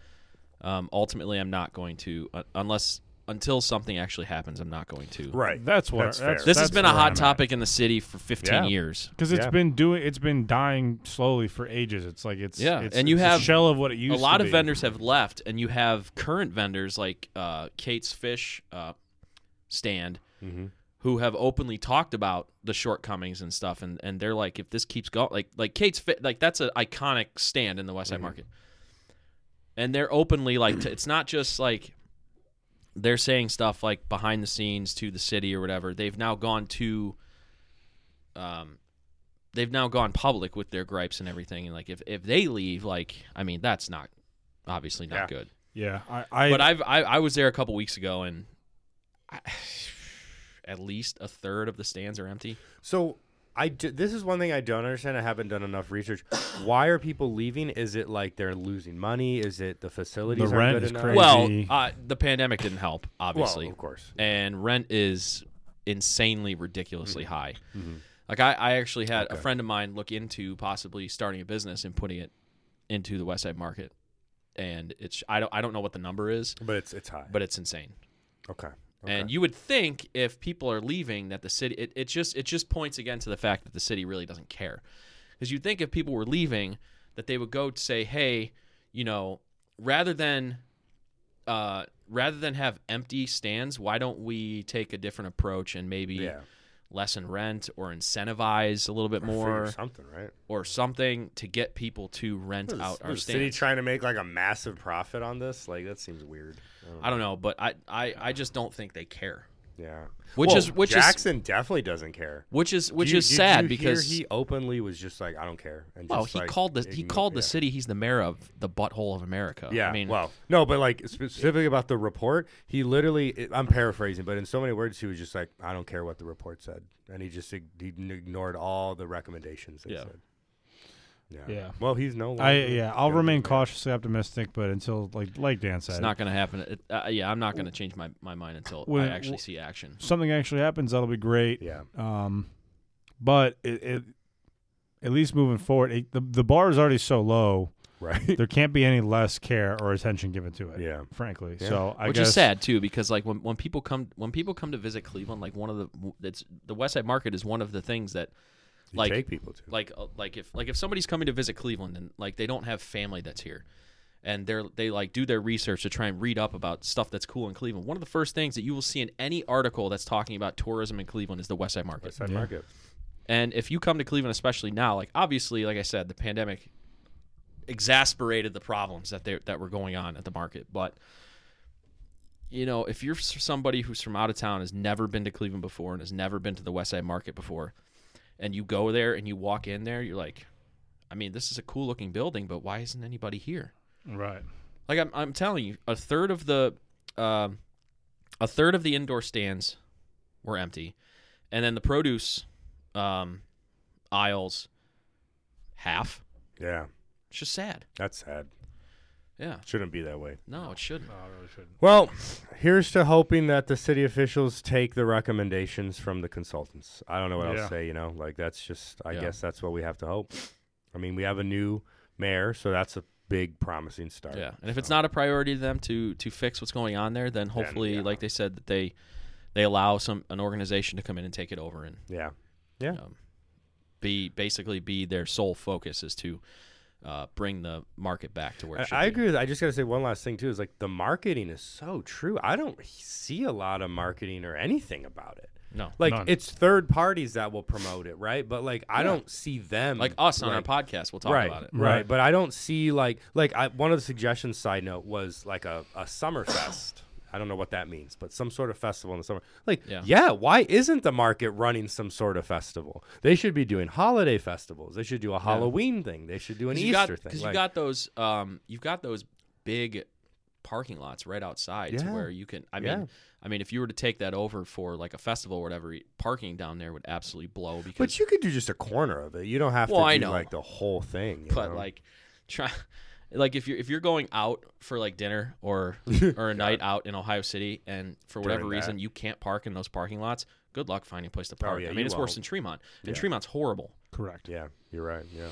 S1: Um, ultimately, I'm not going to uh, unless until something actually happens. I'm not going to.
S3: Right.
S4: That's what
S3: That's
S4: that's,
S3: fair.
S1: This has
S4: that's
S1: been a
S4: where
S1: hot
S4: I'm at.
S1: topic in the city for 15
S3: Yeah.
S1: years.
S4: because it's
S3: Yeah.
S4: been doing it's been dying slowly for ages. It's like it's
S1: Yeah,
S4: it's-
S1: and you
S4: it's a
S1: have
S4: shell of what it
S1: A
S4: used.
S1: lot
S4: to
S1: of
S4: be.
S1: vendors have left, and you have current vendors like uh, Kate's Fish uh, stand
S4: Mm-hmm.
S1: who have openly talked about the shortcomings and stuff, and, and they're like, if this keeps going, like like Kate's Fish, like that's an iconic stand in the West Side
S4: Mm-hmm.
S1: Market, and they're openly like, t- it's not just like they're saying stuff like behind the scenes to the city or whatever. They've now gone to, um, they've now gone public with their gripes and everything. And like, if if they leave, like, I mean, that's not obviously not good.
S4: Yeah, I, I
S1: But I've I, I was there a couple weeks ago, and I, at least a third of the stands are empty.
S3: So I d- this is one thing I don't understand. I haven't done enough research. Why are people leaving? Is it like they're losing money? Is it the facilities?
S4: The
S3: aren't
S4: rent
S3: good
S4: is
S3: enough?
S4: crazy.
S1: Well, uh, the pandemic didn't help, obviously.
S3: of course.
S1: And rent is insanely ridiculously
S3: Mm-hmm.
S1: high. Like I, I actually had a friend of mine look into possibly starting a business and putting it into the West Side Market, and it's I don't I don't know what the number is,
S3: But it's it's high.
S1: but it's insane.
S3: okay.
S1: And you would think if people are leaving that the city it, it just it just points again to the fact that the city really doesn't care. Because you'd think if people were leaving that they would go to say, hey, you know, rather than uh rather than have empty stands, why don't we take a different approach and maybe
S3: Yeah.
S1: lessen rent or incentivize a little bit
S3: Figure
S1: more
S3: something, right?
S1: or something to get people to rent
S3: Is-
S1: out our
S3: is the city
S1: stands.
S3: trying to make like a massive profit on this? Like that seems weird.
S1: I don't know, but I, I I just don't think they care.
S3: Yeah.
S1: Which
S3: Well,
S1: is- which is-
S3: Jackson definitely doesn't care.
S1: Which is which
S3: Did you-
S1: is
S3: did
S1: sad
S3: you hear
S1: because
S3: he openly was just like, I don't care. And
S1: Well,
S3: just,
S1: he
S3: like,
S1: called the he
S3: igno-
S1: called the
S3: yeah.
S1: city. He's the mayor of the butthole of America.
S3: Yeah.
S1: I mean,
S3: well, no, but like specifically about the report, he literally, i- I'm paraphrasing, but in so many words, he was just like, I don't care what the report said. And he just ig- he ignored all the recommendations they
S1: Yeah.
S3: said. Yeah.
S4: Yeah.
S3: Well, he's no longer.
S4: I yeah, I'll
S3: gonna be
S4: remain
S3: mayor.
S4: cautiously optimistic, but until like like Dan said,
S1: it's not going to happen. It, uh, yeah, I'm not going to change my, my mind until
S4: When-
S1: I actually see action.
S4: something actually happens, that'll be great.
S3: Yeah.
S4: Um, but it, it at least moving forward, it, the the bar is already so low,
S3: Right.
S4: there can't be any less care or attention given to it.
S3: Yeah.
S4: frankly.
S3: Yeah.
S4: So I
S1: Which
S4: guess
S1: is sad too, because like when, when people come when people come to visit Cleveland, like one of the that's the West Side Market is one of the things that
S3: You
S1: Like-
S3: take people to.
S1: like uh, like if like if somebody's coming to visit Cleveland and like they don't have family that's here, and they're they like do their research to try and read up about stuff that's cool in Cleveland. One of the first things that you will see in any article that's talking about tourism in Cleveland is the West Side Market.
S3: Side market.
S1: And if you come to Cleveland, especially now, like obviously, like I said, the pandemic exasperated the problems that they that were going on at the market. But you know, if you're s- somebody who's from out of town, has never been to Cleveland before, and has never been to the West Side Market before, and you go there and you walk in there, you're like, I mean, this is a cool looking building, but why isn't anybody here?
S6: Right.
S1: Like I'm, I'm telling you, a third of the, um, a third of the indoor stands were empty, and then the produce um, aisles, half.
S3: Yeah,
S1: It's just sad.
S3: that's sad.
S1: Yeah.
S3: Shouldn't be that way.
S1: No, it shouldn't.
S6: No, I really shouldn't.
S3: Well, here's to hoping that the city officials take the recommendations from the consultants. I don't know what else
S6: Yeah.
S3: to say, you know, like that's just, I
S1: Yeah.
S3: guess that's what we have to hope. I mean, we have a new mayor, so that's a big promising start.
S1: Yeah. And if it's not a priority to them to to fix what's going on there, then hopefully, like they said, that they they allow some an organization to come in and take it over and
S3: Yeah.
S1: be basically be their sole focus is to uh, bring the market back to where it should
S3: I, I
S1: be.
S3: agree with I just got to say one last thing, too, is like the marketing is so true. I don't see a lot of marketing or anything about it.
S1: No.
S3: Like
S6: None.
S3: it's third parties that will promote it, right? But like I don't see them
S1: Like us on
S3: like,
S1: our podcast, we'll talk
S3: right,
S1: about it.
S3: Right.
S6: Right.
S3: But I don't see like like I, one of the suggestions. Side note was like a a summer fest. I don't know what that means, but some sort of festival in the summer. Like,
S1: Yeah.
S3: yeah. why isn't the market running some sort of festival? They should be doing holiday festivals. They should do a Halloween thing. They should do an
S1: Because
S3: Easter
S1: you got,
S3: thing.
S1: Because
S3: Like,
S1: you got those, um, you've got those big parking lots right outside to
S3: Yeah.
S1: where you can. I mean,
S3: Yeah.
S1: I mean, if you were to take that over for like a festival or whatever, parking down there would absolutely blow. Because
S3: but you could do just a corner of it. You don't have
S1: Well,
S3: to
S1: I
S3: do
S1: know.
S3: like the whole thing. you
S1: but
S3: know?
S1: like try like if you're if you're going out for like dinner or or a night out in Ohio City and for whatever
S3: During that. Oh,
S1: reason you can't park in those parking lots, good luck finding a place to park.
S3: yeah,
S1: I
S3: you
S1: mean it's worse
S3: won't.
S1: than Tremont. And Tremont's horrible.
S6: Correct.
S3: Yeah, you're right. Yeah.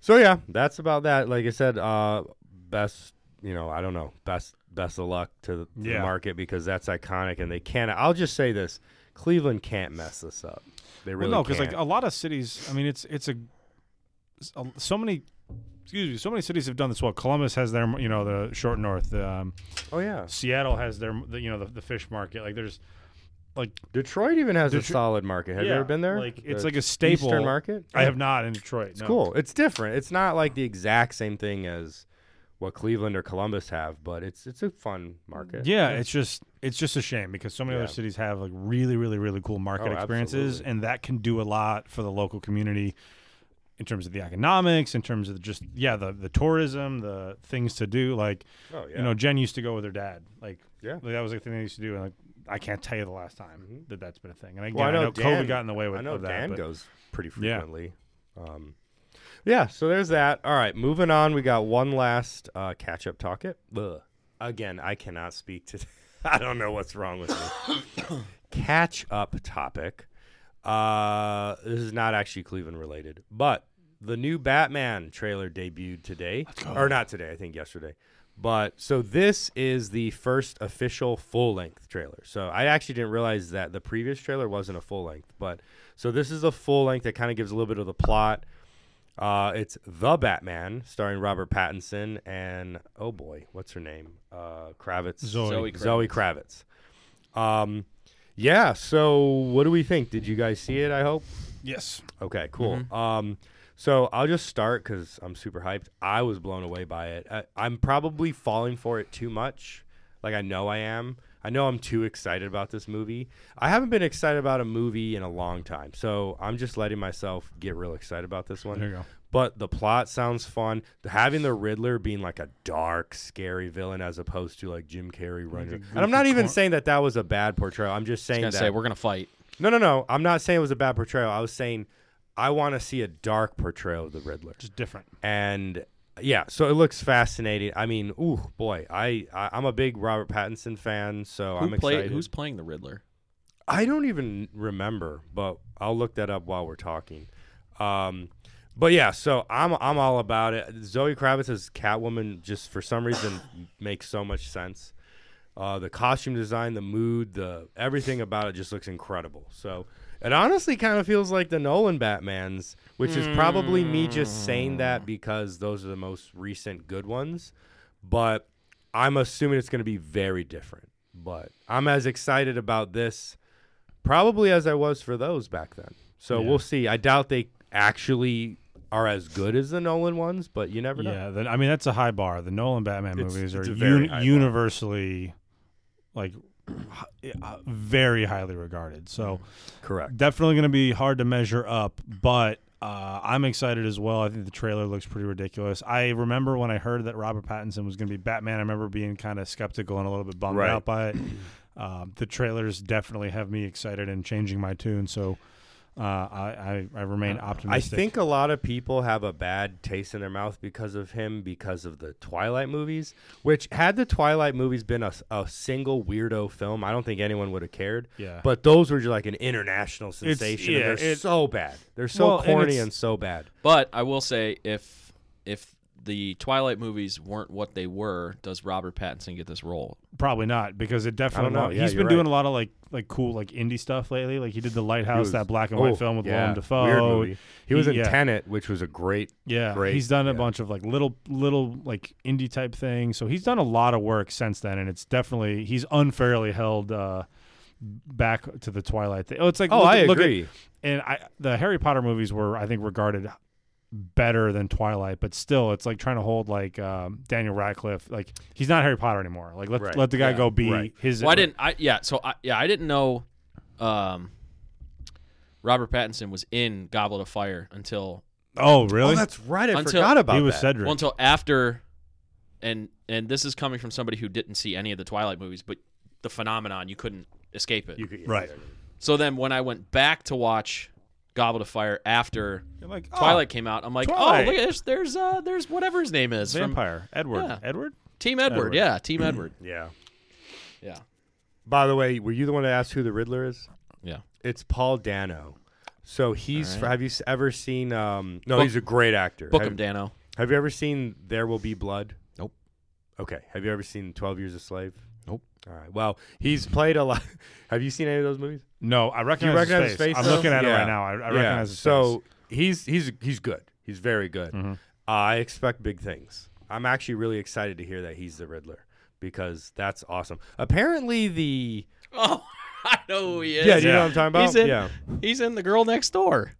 S3: So yeah, that's about that. Like I said, uh best you know, I don't know, best best of luck to the, to the
S6: Yeah.
S3: market because that's iconic and they can't I'll just say this. Cleveland can't mess this up. They really
S4: well, no,
S3: can't.
S4: like oh, a lot of cities. I mean, it's it's a, s- a- so many. Excuse me. So many cities have done this well. Columbus has their, you know, the short north. Um,
S3: oh yeah.
S6: Seattle has their, the, you know, the, the fish market. Like there's, like
S3: Detroit even has a
S6: Detro-
S3: solid market. Have you
S6: Yeah,
S3: ever been there?
S6: like, it's
S3: The
S6: like a staple.
S3: Eastern market?
S4: I have not in Detroit.
S3: It's cool. It's different. It's not like the exact same thing as what Cleveland or Columbus have, but it's it's a fun market.
S4: Yeah, it's just it's just a shame because so many
S3: Yeah.
S4: other cities have like really, really, really cool market
S3: Oh,
S4: experiences,
S3: absolutely.
S4: and that can do a lot for the local community in terms of the economics, in terms of just yeah, the the tourism, the things to do. Like
S3: Oh yeah.
S4: you know, Jen used to go with her dad. Like
S3: Yeah. Mm-hmm.
S4: like, that was like the thing they used to do, and like I can't tell you the last time that that's been a thing. And again,
S3: Well,
S4: I know,
S3: Dan-
S4: COVID got in the way with
S3: I know
S4: of that.
S3: Dan
S4: but-
S3: goes pretty
S4: Yeah.
S3: frequently. Um, yeah, so there's that. All right, moving on. We got one last uh, catch up talk it. Ugh. Again, I cannot speak today. I don't know what's wrong with me. catch up topic. Uh, this is not actually Cleveland related, but the new Batman trailer debuted today, or not today, I think yesterday. But so this is the first official full length trailer. So I actually didn't realize that the previous trailer wasn't a full length, but so this is a full length that kind of gives a little bit of the plot. Uh, it's The Batman, starring Robert Pattinson and oh boy, what's her name? Uh, Kravitz.
S1: Zoe
S3: Zoe Kravitz. Um, yeah. So what do we think? Did you guys see it? I hope.
S4: Yes.
S3: Okay, cool. Um, so I'll just start because I'm super hyped. I was blown away by it. I, I'm probably falling for it too much. Like I know I am. I know I'm too excited about this movie. I haven't been excited about a movie in a long time, so I'm just letting myself get real excited about this one.
S4: There you go.
S3: But the plot sounds fun. Having the Riddler being like a dark, scary villain as opposed to like Jim Carrey running. And I'm not even saying that that was a bad portrayal. I'm just saying
S1: Gonna
S3: that
S1: say we're gonna fight.
S3: no, no, no. I'm not saying it was a bad portrayal. I was saying I want to see a dark portrayal of the Riddler.
S4: Just different.
S3: And yeah, so it looks fascinating. I mean, ooh, boy, I, I I'm a big Robert Pattinson fan, so
S1: Who
S3: I'm
S1: play
S3: excited.
S1: who's playing the Riddler?
S3: I don't even remember, but I'll look that up while we're talking. Um, but yeah, so I'm I'm all about it. Zoe Kravitz as Catwoman just for some reason makes so much sense. Uh, the costume design, the mood, the everything about it just looks incredible. So It honestly kind of feels like the Nolan Batmans, which is probably me just saying that because those are the most recent good ones. But I'm assuming it's going to be very different. But I'm as excited about this probably as I was for those back then. So we'll see. I doubt they actually are as good as the Nolan ones, but you never know.
S4: Yeah, then I mean that's a high bar. The Nolan Batman
S3: It's-
S4: movies are
S3: it's a very
S4: uni-
S3: high bar.
S4: universally, like, h- uh, very highly regarded. So
S3: Correct.
S4: definitely going to be hard to measure up, but uh, I'm excited as well. I think the trailer looks pretty ridiculous. I remember when I heard that Robert Pattinson was going to be Batman. I remember being kind of skeptical and a little bit bummed
S3: Right.
S4: out by it. Um, the trailers definitely have me excited and changing my tune. So uh, I, I I remain
S3: I
S4: optimistic.
S3: think a lot of people have a bad taste in their mouth because of him, because of the Twilight movies. Which, had the Twilight movies been a, a single weirdo film, I don't think anyone would have cared.
S4: Yeah.
S3: But those were just like an international sensation. and
S4: yeah,
S3: they're
S4: it-
S3: so bad. They're so
S4: Well, and
S3: corny
S4: it's-
S3: and so bad.
S1: But I will say, if if the Twilight movies weren't what they were, does Robert Pattinson get this role?
S4: Probably not because it definitely.
S3: know.
S4: won't.
S3: Yeah,
S4: he's
S3: you're
S4: been
S3: right.
S4: doing a lot of like like cool like indie stuff lately. Like he did the Lighthouse,
S3: was-
S4: that black and white
S3: oh,
S4: film with
S3: yeah,
S4: Willem Dafoe.
S3: Weird movie. He was in
S4: yeah.
S3: Tenet, which was a great.
S4: Yeah,
S3: Great.
S4: he's done a
S3: Yeah.
S4: bunch of like little little like indie type things. So he's done a lot of work since then, and it's definitely he's unfairly held uh, back to the Twilight thing. Oh, it's like
S3: Oh,
S4: look,
S3: I
S4: look at-
S3: agree.
S4: and I the Harry Potter movies were I think regarded better than Twilight, but still it's like trying to hold like um, Daniel Radcliffe like he's not Harry Potter anymore. Like let
S3: Right.
S4: let the guy
S3: Yeah,
S4: go be
S3: right.
S4: his.
S1: Well, I didn't. I yeah. So I yeah, I didn't know. Um, Robert Pattinson was in Goblet of Fire until
S4: Oh really?
S3: Oh, that's right. I
S1: Until-
S3: forgot about
S4: he was
S3: that.
S4: Cedric.
S1: well, until after, and and this is coming from somebody who didn't see any of the Twilight movies, but the phenomenon you couldn't escape it.
S3: You could-
S4: right.
S1: so then when I went back to watch Goblet of Fire after
S4: You're like oh,
S1: Twilight came out, I'm like,
S4: Twilight.
S1: oh look, there's there's uh there's whatever his name is from
S4: vampire Edward
S1: Yeah.
S4: Edward.
S1: Team Edward.
S4: Edward. Mm-hmm.
S1: Yeah, Team Edward.
S3: oh, Yeah.
S1: Yeah.
S3: By the way, were you the one that asked who the Riddler is?
S1: Yeah.
S3: It's Paul Dano. So he's. Have you s- ever seen? Um, no,
S1: Book-
S3: he's a great actor.
S1: Book
S3: Have-
S1: him, Dano.
S3: Have you ever seen There Will Be Blood?
S1: Nope.
S3: Okay. Have you ever seen Twelve Years a Slave?
S1: Nope.
S3: All right. Well, he's played a lot. Have you seen any of those movies?
S4: No, I recognize,
S3: recognize
S4: his
S3: his
S4: face.
S3: face,
S4: I'm
S3: though?
S4: looking at it
S3: Yeah.
S4: right now. I, I recognize his Mm-hmm.
S3: so he's he's he's good. He's very good. I expect big things. I'm actually really excited to hear that he's the Riddler because that's awesome. Apparently the
S1: Oh, I know who he is.
S3: yeah, you know what I'm talking about.
S1: He's in,
S3: yeah.
S1: he's in the girl next door.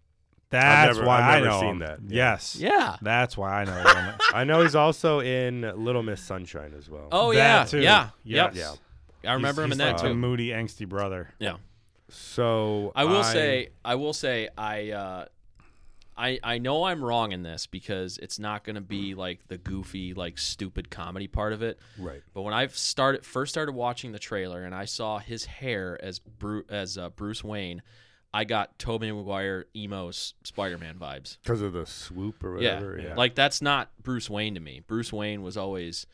S4: That's
S3: never-
S4: why
S3: I've
S4: I
S3: never
S4: know
S3: seen
S4: him.
S3: that. Yeah.
S4: Yes.
S1: Yeah.
S4: That's why I know him.
S3: I know he's also in Little Miss Sunshine as well.
S1: Oh
S4: That
S1: yeah.
S4: too.
S1: Yeah.
S4: Yes.
S1: Yep.
S3: Yeah.
S1: I remember
S4: He's-
S1: him in
S4: he's
S1: that
S4: like
S1: too.
S4: The moody, angsty brother.
S1: yeah.
S3: So
S1: I will say I will say I uh I I know I'm wrong in this because it's not going to be like the goofy like stupid comedy part of it.
S3: Right.
S1: But when I started first started watching the trailer and I saw his hair as Bru- as uh, Bruce Wayne, I got Tobey Maguire emo s- Spider-Man vibes.
S3: because of the swoop or
S1: Yeah.
S3: whatever. Yeah.
S1: Like that's not Bruce Wayne to me. Bruce Wayne was always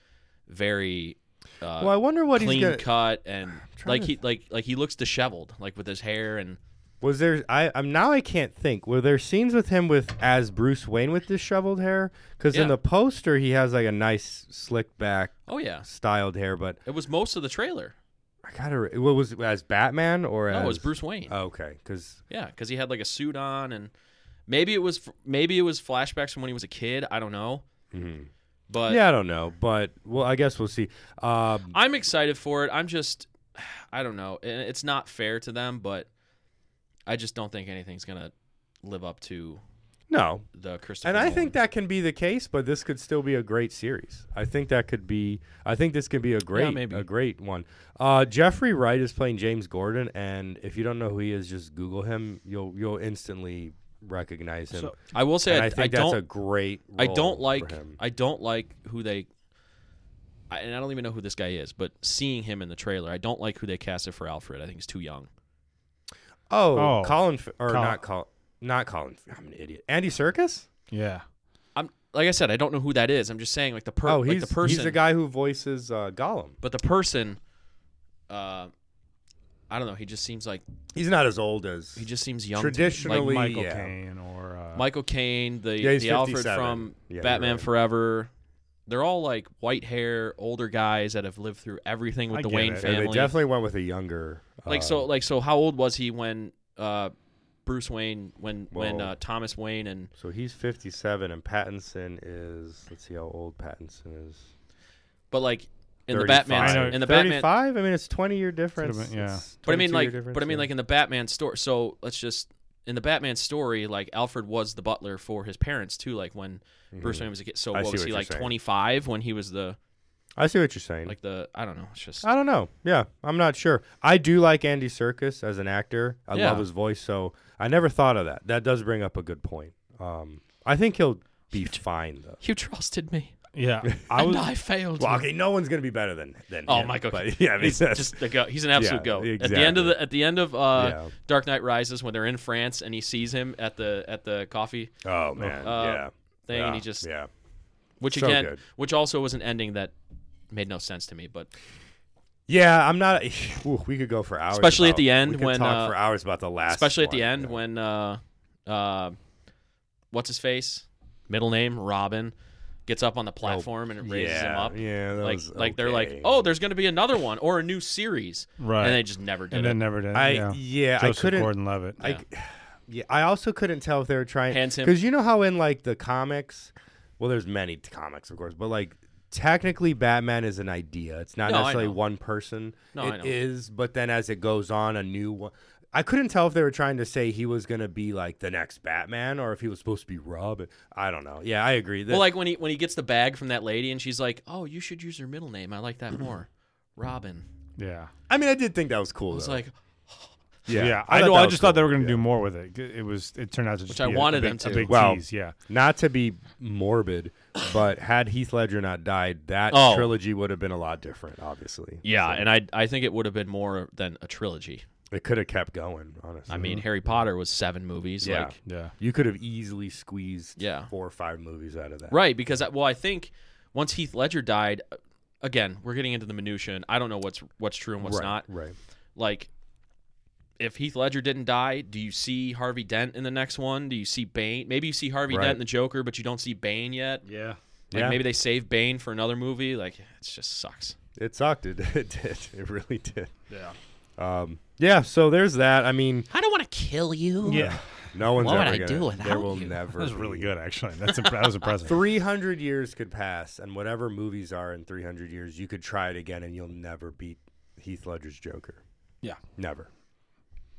S1: very uh,
S3: well, I wonder what
S1: clean
S3: he's gonna.
S1: cut and
S3: trying
S1: like
S3: to
S1: he like like he looks disheveled like with his hair and
S3: Was there? I, I'm now. I can't think. Were there scenes with him with as Bruce Wayne with disheveled hair? Because
S1: Yeah.
S3: in the poster, he has like a nice slick back,
S1: oh yeah.
S3: styled hair. But
S1: It was most of the trailer.
S3: I gotta. re- What was it, as Batman or
S1: No,
S3: as
S1: it was Bruce Wayne.
S3: Oh, okay, because
S1: Yeah, because he had like a suit on, and maybe it was maybe it was flashbacks from when he was a kid. I don't know, but
S3: Mm-hmm. yeah, I don't know, but well, I guess we'll see. Um,
S1: I'm excited for it. I'm just, I don't know. And It's not fair to them, but I just don't think anything's gonna live up to
S3: no,
S1: the Christopher.
S3: and I
S1: Nolan.
S3: think that can be the case, but this could still be a great series. I think that could be. I think this could be a great,
S1: maybe.
S3: a great one. Uh, Jeffrey Wright is playing James Gordon, and if you don't know who he is, just Google him. You'll you'll instantly recognize him.
S1: I will say
S3: and
S1: I,
S3: I think
S1: I
S3: that's
S1: don't
S3: a great.
S1: I
S3: role
S1: don't
S3: for
S1: like
S3: him.
S1: I don't like who they I, and I don't even know who this guy is, but seeing him in the trailer, I don't like who they casted for Alfred. I think he's too young.
S3: Oh,
S4: Oh.
S3: Colin F- or
S4: Col-
S3: not Colin, not Colin. F- I'm an idiot. Andy Circus.
S4: Yeah.
S1: I'm like I said, I don't know who that is. I'm just saying like the per
S3: oh,
S1: like
S3: he's
S1: the person
S3: he's the guy who voices uh, Gollum.
S1: but the person uh I don't know, he just seems like
S3: He's not as old as
S1: he just semes young. to me. Like
S3: Traditionally-
S4: Michael
S3: Yeah.
S4: Caine or uh,
S1: Michael Caine, the
S3: Yeah, he's
S1: the Alfred
S3: 57.
S1: from
S3: Yeah, you're
S1: Batman
S3: right.
S1: Forever. They're all like white hair, older guys that have lived through everything with
S4: I
S1: the
S4: get
S1: Wayne
S4: it. Yeah,
S3: Yeah,
S1: family.
S3: Um, they definitely went with a younger.
S1: like
S3: uh,
S1: so like so how old was he when uh Bruce Wayne when when
S3: Whoa.
S1: uh, Thomas Wayne and
S3: So he's 57, and Pattinson is. Let's see how old Pattinson is.
S1: but like in the
S3: 35.
S1: Batman's
S4: I know,
S1: in the Batman
S3: 35? I mean, it's 20 year difference.
S4: Could've been- yeah.
S3: It's
S1: But I mean,
S3: 22 year
S1: like,
S3: difference,
S1: but I mean,
S3: yeah.
S1: like in the Batman story. So let's just in the Batman story, like Alfred was the butler for his parents too. Like when Bruce Wayne was a kid. So
S3: Mm-hmm. I
S1: what
S3: see
S1: was
S3: what
S1: he
S3: you're
S1: like
S3: saying.
S1: twenty five when he was the
S3: I see what you're saying.
S1: like the I don't know. It's just
S3: I don't know. Yeah, I'm not sure. I do like Andy Circus as an actor. I
S1: Yeah.
S3: love his voice. So I never thought of that. That does bring up a good point. Um, I think he'll be fine though.
S1: you trusted me
S7: Yeah, I
S1: and
S7: was.
S1: I failed.
S3: Well, okay, no one's gonna be better than than.
S1: Oh
S3: him,
S1: my god!
S3: but yeah, I mean,
S1: he's
S3: that's-
S1: just a go. He's an absolute
S3: Yeah,
S1: go. At the end of
S3: exactly.
S1: the at the end of uh,
S3: Yeah.
S1: Dark Knight Rises, when they're in France and he sees him at the at the coffee
S3: oh man,
S1: uh,
S3: yeah.
S1: thing, and
S3: Yeah,
S1: he just
S3: yeah.
S1: which
S3: So
S1: again,
S3: good.
S1: which also was an ending that made no sense to me. But
S3: Yeah, I'm not. Ooh, we could go for hours,
S1: Especially at
S3: about-
S1: the end
S3: we could
S1: when,
S3: talk
S1: uh,
S3: for hours about the last,
S1: especially at the
S3: one,
S1: end
S3: yeah.
S1: when uh, uh, what's his face, middle name Robin, gets up on the platform and it raises
S3: Oh, yeah,
S1: him up.
S3: yeah, that
S1: like
S3: was
S1: like they're like,
S3: okay.
S1: oh, there's gonna be another one or a new series,
S4: Right.
S1: And they just never did
S4: and
S1: it.
S4: then never did.
S3: I
S4: yeah,
S3: yeah, I
S4: Joseph
S3: couldn't.
S4: Gordon-Levitt.
S3: I, yeah, I also couldn't tell if they were trying
S1: Hands him.
S3: because you know how in like the comics, well, there's many t- comics, of course, but like technically Batman is an idea. It's not
S1: No, I
S3: necessarily
S1: know.
S3: one person.
S1: No,
S3: It
S1: I know.
S3: is, but then as it goes on, a new one. I couldn't tell if they were trying to say he was gonna be like the next Batman or if he was supposed to be Robin. I don't know. Yeah, I agree. The-
S1: well, like when he when he gets the bag from that lady and she's like, oh, you should use your middle name. I like that more, Robin.
S4: yeah.
S3: I mean, I did think that was cool.
S1: I was
S3: though.
S1: like,
S4: Yeah,
S3: yeah,
S4: I,
S3: thought
S4: know.
S3: that
S4: I
S3: was
S4: just thought they
S3: cool,
S4: were going to
S3: yeah.
S4: do more with it. It was. It turned out to just
S1: I
S4: be a-
S1: wanted
S4: a big,
S1: them to.
S4: A big
S3: Well,
S4: tease. Yeah,
S3: not to be morbid, but had Heath Ledger not died, that
S1: Oh.
S3: trilogy would have been a lot different, obviously.
S1: yeah, and I I think it would have been more than a trilogy.
S3: It could have kept going, honestly.
S1: I mean, Harry Potter was seven movies.
S3: yeah.
S1: Like,
S4: yeah.
S3: you could have easily squeezed
S1: Yeah.
S3: four or five movies out of that.
S1: Right, because I- well, I think once Heath Ledger died, uh, again, we're getting into the minutia, and I don't know what's what's true and what's
S3: right,
S1: not.
S3: Right.
S1: Like, if Heath Ledger didn't die, do you see Harvey Dent in the next one? Do you see Bane? Maybe you see Harvey
S3: Right.
S1: Dent in the Joker, but you don't see Bane yet.
S4: Yeah.
S1: Like
S3: Yeah.
S1: maybe they save Bane for another movie. Like it just sucks.
S3: It sucked. It, it did. It really did. Yeah. Um, yeah, so there's that. I mean,
S1: I don't want to kill you.
S4: Yeah.
S3: no one's
S1: What would
S3: ever
S1: I
S3: gonna,
S1: do
S3: There
S1: without
S3: will
S1: you?
S3: never
S4: That was really
S3: be-
S4: good, actually. That's imp- that was impressive.
S3: 300 years could pass, and whatever movies are in 300 years, you could try it again, and you'll never beat Heath Ledger's Joker.
S4: Yeah.
S3: Never.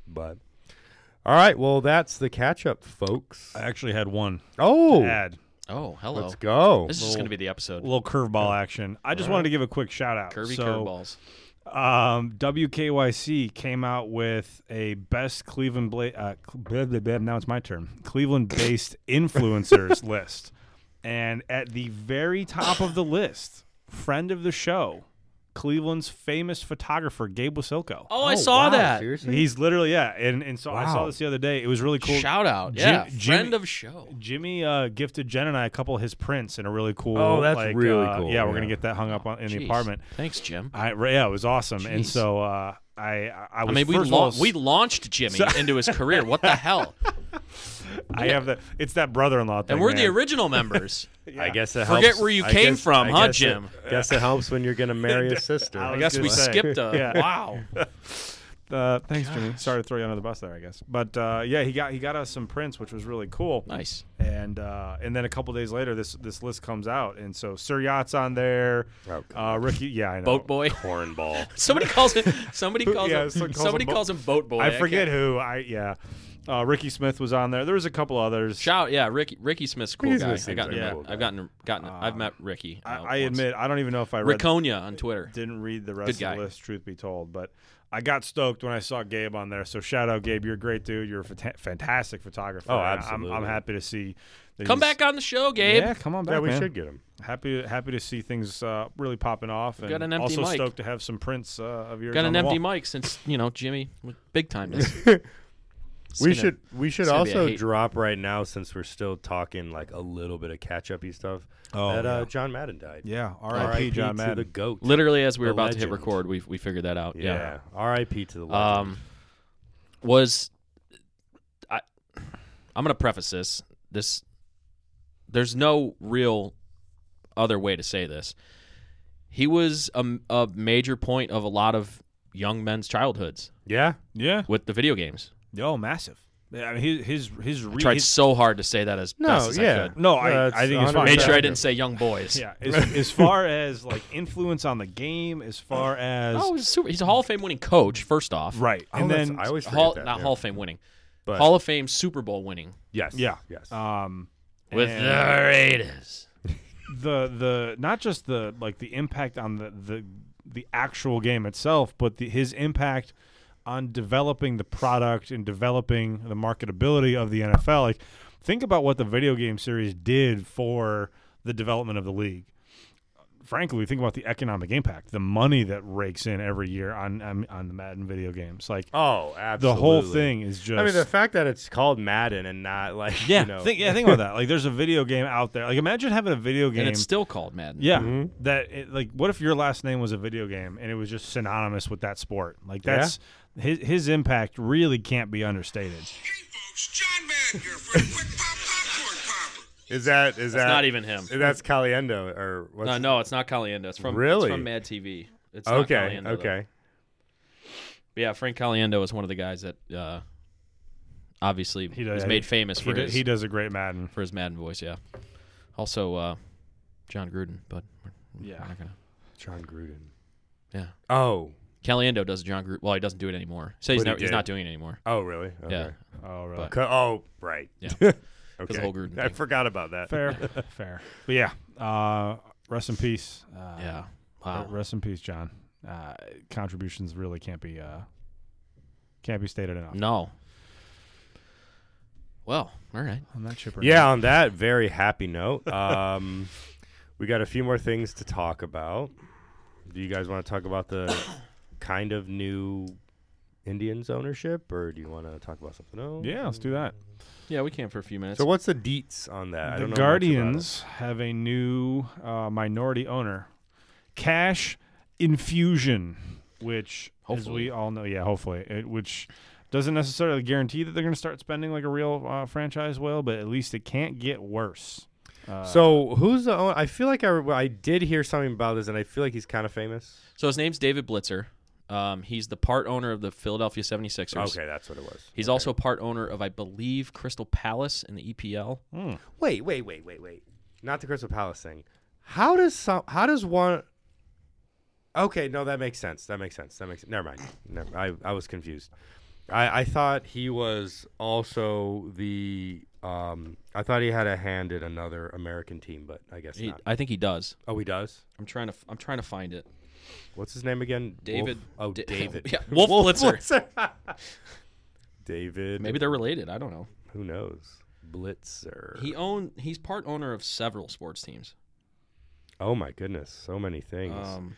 S3: But, all right. Well, that's the catch up, folks.
S4: I actually had one
S3: Oh,
S4: ad,
S1: Oh, hello.
S3: let's go.
S1: This is just gonna be the episode.
S4: a little curveball action. I just wanted to give a quick shout out.
S1: Curvy
S4: so,
S1: curveballs.
S4: Um, WKYC came out with a best Cleveland bla- uh, cl- blah, blah, blah, now it's my turn. Cleveland based influencers list. And at the very top of the list, friend of the show, Cleveland's famous photographer Gabe Wasilko.
S1: Oh, I saw
S3: wow,
S1: that.
S3: Seriously?
S4: He's literally yeah, and and so I saw
S3: Wow.
S4: this the other day. It was really cool.
S1: Shout out.
S4: Jim-
S1: Yeah,
S4: Jimmy-
S1: friend of show.
S4: Jimmy uh, gifted Jen and I a couple of his prints and a really cool.
S3: Oh, that's
S4: like,
S3: really
S4: uh,
S3: cool,
S4: Yeah, we're
S3: yeah.
S4: gonna get that hung up on, in
S1: Jeez.
S4: the apartment.
S1: Thanks, Jim.
S4: I right, yeah, it was awesome. And
S1: Jeez.
S4: so uh, I I I
S1: I
S4: was
S1: mean, we
S4: first of all,
S1: lau- we launched Jimmy into his career. What the hell?
S4: I have the it's that brother-in-law thing.
S1: And we're the
S4: man.
S1: original members.
S3: I guess it
S1: Forget
S3: helps.
S1: where you
S3: I
S1: came
S3: guess-
S1: from,
S3: I
S1: huh,
S3: guess it-
S1: Jim?
S3: guess it helps when you're going to marry a sister.
S4: I
S1: I
S4: was
S1: guess
S4: gonna
S1: we
S4: say.
S1: skipped a
S4: Yeah.
S1: wow.
S4: Uh, thanks, Jimmy. Sorry to throw you under the bus there, I guess. But uh, yeah, he got he got us some prints, which was really cool.
S1: Nice.
S4: And uh, and then a couple days later, this this list comes out, and so Sir Yacht's on there.
S3: Oh,
S4: uh, Ricky, yeah, I know.
S1: Boat boy.
S3: Cornball.
S1: Somebody calls him. Somebody calls
S4: Yeah,
S1: him.
S4: someone calls
S1: somebody
S4: him bo-
S1: calls him boat boy.
S4: I forget
S1: can't-
S4: who. I yeah. Uh, Ricky Smith was on there. There was a couple others.
S1: Shout yeah, Ricky. Ricky Smith's a cool
S3: Ricky
S1: guy.
S3: Smith
S1: I
S3: seems
S1: got
S3: like a
S1: met,
S3: cool
S1: I've
S3: guy.
S1: gotten. Gotten. I've met Ricky.
S4: I,
S1: uh,
S4: I
S1: once.
S4: admit, I don't even know if I read.
S1: Riconia on Twitter.
S4: Didn't read the
S1: Good
S4: rest
S1: guy.
S4: of the list. Truth be told, but I got stoked when I saw Gabe on there. So shout out Gabe, you're a great dude. You're a fanta- fantastic photographer.
S3: Oh,
S4: and I'm- I'm,
S3: absolutely.
S4: happy to see. that
S1: Come
S4: he's-
S1: back on the show, Gabe.
S4: Yeah, come on back.
S3: Yeah, we
S4: man.
S3: should get him.
S4: Happy, happy to see things uh, really popping off. And
S1: got an empty
S4: also
S1: mic.
S4: stoked to have some prints uh, of yours.
S1: Got
S4: on
S1: an
S4: the
S1: empty
S4: wall.
S1: mic since you know Jimmy was big time.
S3: we should we should
S1: it's gonna be a
S3: also
S1: hate-
S3: drop right now since we're still talking like a little bit of catch upy stuff. Oh, that uh, John Madden died.
S4: Yeah,
S3: R.I.P.
S4: R.I.P. John
S3: to the
S4: Madden.
S3: goat.
S1: Literally, as we were
S3: The
S1: about to hit
S3: legend.
S1: record, we we figured that out.
S3: yeah. R.I.P. to the legend.
S1: um, was I, I'm going to preface this. This there's no real other way to say this. He was a, a major point of a lot of young men's childhoods
S3: yeah.
S4: Yeah.
S1: with the video games.
S4: Yo, massive.
S8: I mean, his his his, re-
S1: Tried
S8: his-
S1: so hard to say that as
S3: No,
S1: best as
S3: yeah.
S1: I could.
S8: no, I,
S3: That's
S8: I think it's fine.
S3: 100%
S1: Made sure I
S3: Exactly.
S1: didn't say young boys.
S8: Yeah, as, as far as like influence on the game, as far as
S1: Oh, he's, super, he's a Hall of Fame winning coach, first off.
S8: right,
S3: Oh,
S8: and
S3: that's-
S8: then
S3: I always forget
S1: Hall,
S3: that,
S1: not
S3: yeah.
S1: Hall of Fame winning.
S3: But-
S1: Hall of Fame Super Bowl winning
S3: Yes.
S8: yeah,
S3: Yes.
S4: Uh,
S8: um,
S1: with
S8: and-
S1: the Raiders.
S8: the
S4: the not just the like the impact on the the, the actual game itself, but the, his impact on developing the product and developing the marketability of the NFL. Like, think about what the video game series did for the development of the league. Frankly, think about the economic impact, the money that rakes in every year on on, on the Madden video games. Like
S3: oh,
S4: the
S3: absolutely.
S4: whole thing is just.
S3: I mean, the fact that it's called Madden and not like
S4: yeah,
S3: you know,
S4: think, yeah, think about that. Like, there's a video game out there. Like, imagine having a video game
S1: And it's still called Madden.
S4: Yeah,
S1: Mm-hmm.
S4: that it, like what if your last name was a video game and it was just synonymous with that sport? Like that's his his impact really can't be understated.
S2: Hey, folks, John Madden here for a quick pop popcorn popper.
S3: is that is that
S1: not even him.
S3: That's Caliendo or what's
S1: No, no, it's not Caliendo. It's from
S3: Really?
S1: it's from Mad TV. It's not
S3: Okay,
S1: Caliendo, though.
S3: okay.
S1: But yeah, Frank Caliendo is one of the guys that uh, obviously he
S4: does-
S1: is made famous
S4: He,
S1: for
S4: do-
S1: his
S4: he does a great Madden.
S1: for his Madden voice. Yeah. Also, uh, John Gruden, but we're, yeah, we're not gonna.
S3: John Gruden.
S1: Yeah.
S3: Oh,
S1: Caliendo does John Gruden. Well, he doesn't do it anymore. So he's
S3: But he
S1: not, he's
S3: did.
S1: not doing it anymore.
S3: oh, really? Okay.
S1: Yeah.
S4: Oh, really?
S1: But-
S3: Co- oh, right.
S1: Yeah.
S3: okay.
S1: the whole Gruden
S3: I
S1: thing.
S3: forgot about that.
S4: Fair, fair. But yeah, uh, rest in peace. Uh,
S1: Yeah.
S4: r-
S1: Wow.
S4: Rest in peace, John. Uh, contributions really can't be uh, can't be stated enough.
S1: No. Well, all right.
S4: On that chipper.
S3: Yeah, on that very happy note, um, we got a few more things to talk about. Do you guys want to talk about the kind of new Indians ownership, or do you want to talk about something else?
S4: yeah. Let's do that.
S1: Yeah, we can for a few minutes.
S3: So what's the deets on that? I don't
S4: the
S3: know much about
S4: Guardians have a new uh, minority owner, Cash Infusion, which, as
S1: Hopefully.
S4: we all know, yeah, hopefully, it, which doesn't necessarily guarantee that they're going to start spending like a real uh, franchise will, but at least it can't get worse.
S3: it. so who's the? Own- I feel like I, re- I did hear something about this, and I feel like he's kind of famous.
S1: So his name's David Blitzer. Um, he's the part owner of the Philadelphia 76ers.
S3: Okay, that's what it was.
S1: He's also part owner of, I believe, Crystal Palace in the E EPL.
S3: Wait, wait, wait, wait, wait. Not the Crystal Palace thing. How does some? How does one? Okay, no, that makes sense. That makes sense. That makes. Never mind. Never, I I was confused. I I thought he was also the. Um, I thought he had a hand in another American team, but I guess
S1: He,
S3: not.
S1: I think he does.
S3: Oh, he does.
S1: I'm trying to. f- I'm trying to find it.
S3: What's his name again?
S1: David.
S3: Wolf? Oh,
S1: Da-
S3: David.
S1: Yeah, Wolf Blitzer.
S3: Blitzer. David.
S1: Maybe they're related. I don't know.
S3: Who knows? Blitzer.
S1: He own. He's part owner of several sports teams.
S3: oh my goodness, so many things.
S1: Um,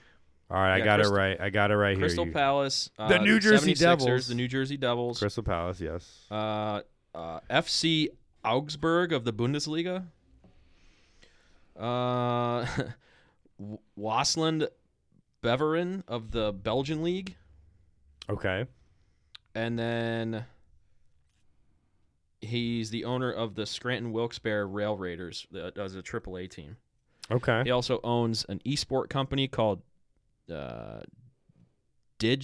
S3: All right, I
S1: yeah,
S3: got
S1: Crystal-
S3: it right. I got it right
S1: Crystal
S3: here. You-
S1: Palace, uh,
S3: The New Jersey
S1: 76ers,
S3: Devils.
S1: the New Jersey Devils,
S3: Crystal Palace, yes.
S1: uh, uh, FC Augsburg of the Bundesliga, uh, W- Wasland Beveren of the Belgian League, Uh,
S3: Okay.
S1: and then he's the owner of the Scranton Wilkes-Barre Rail Raiders that does a AAA team.
S3: Okay.
S1: He also owns an esport company called uh, Dig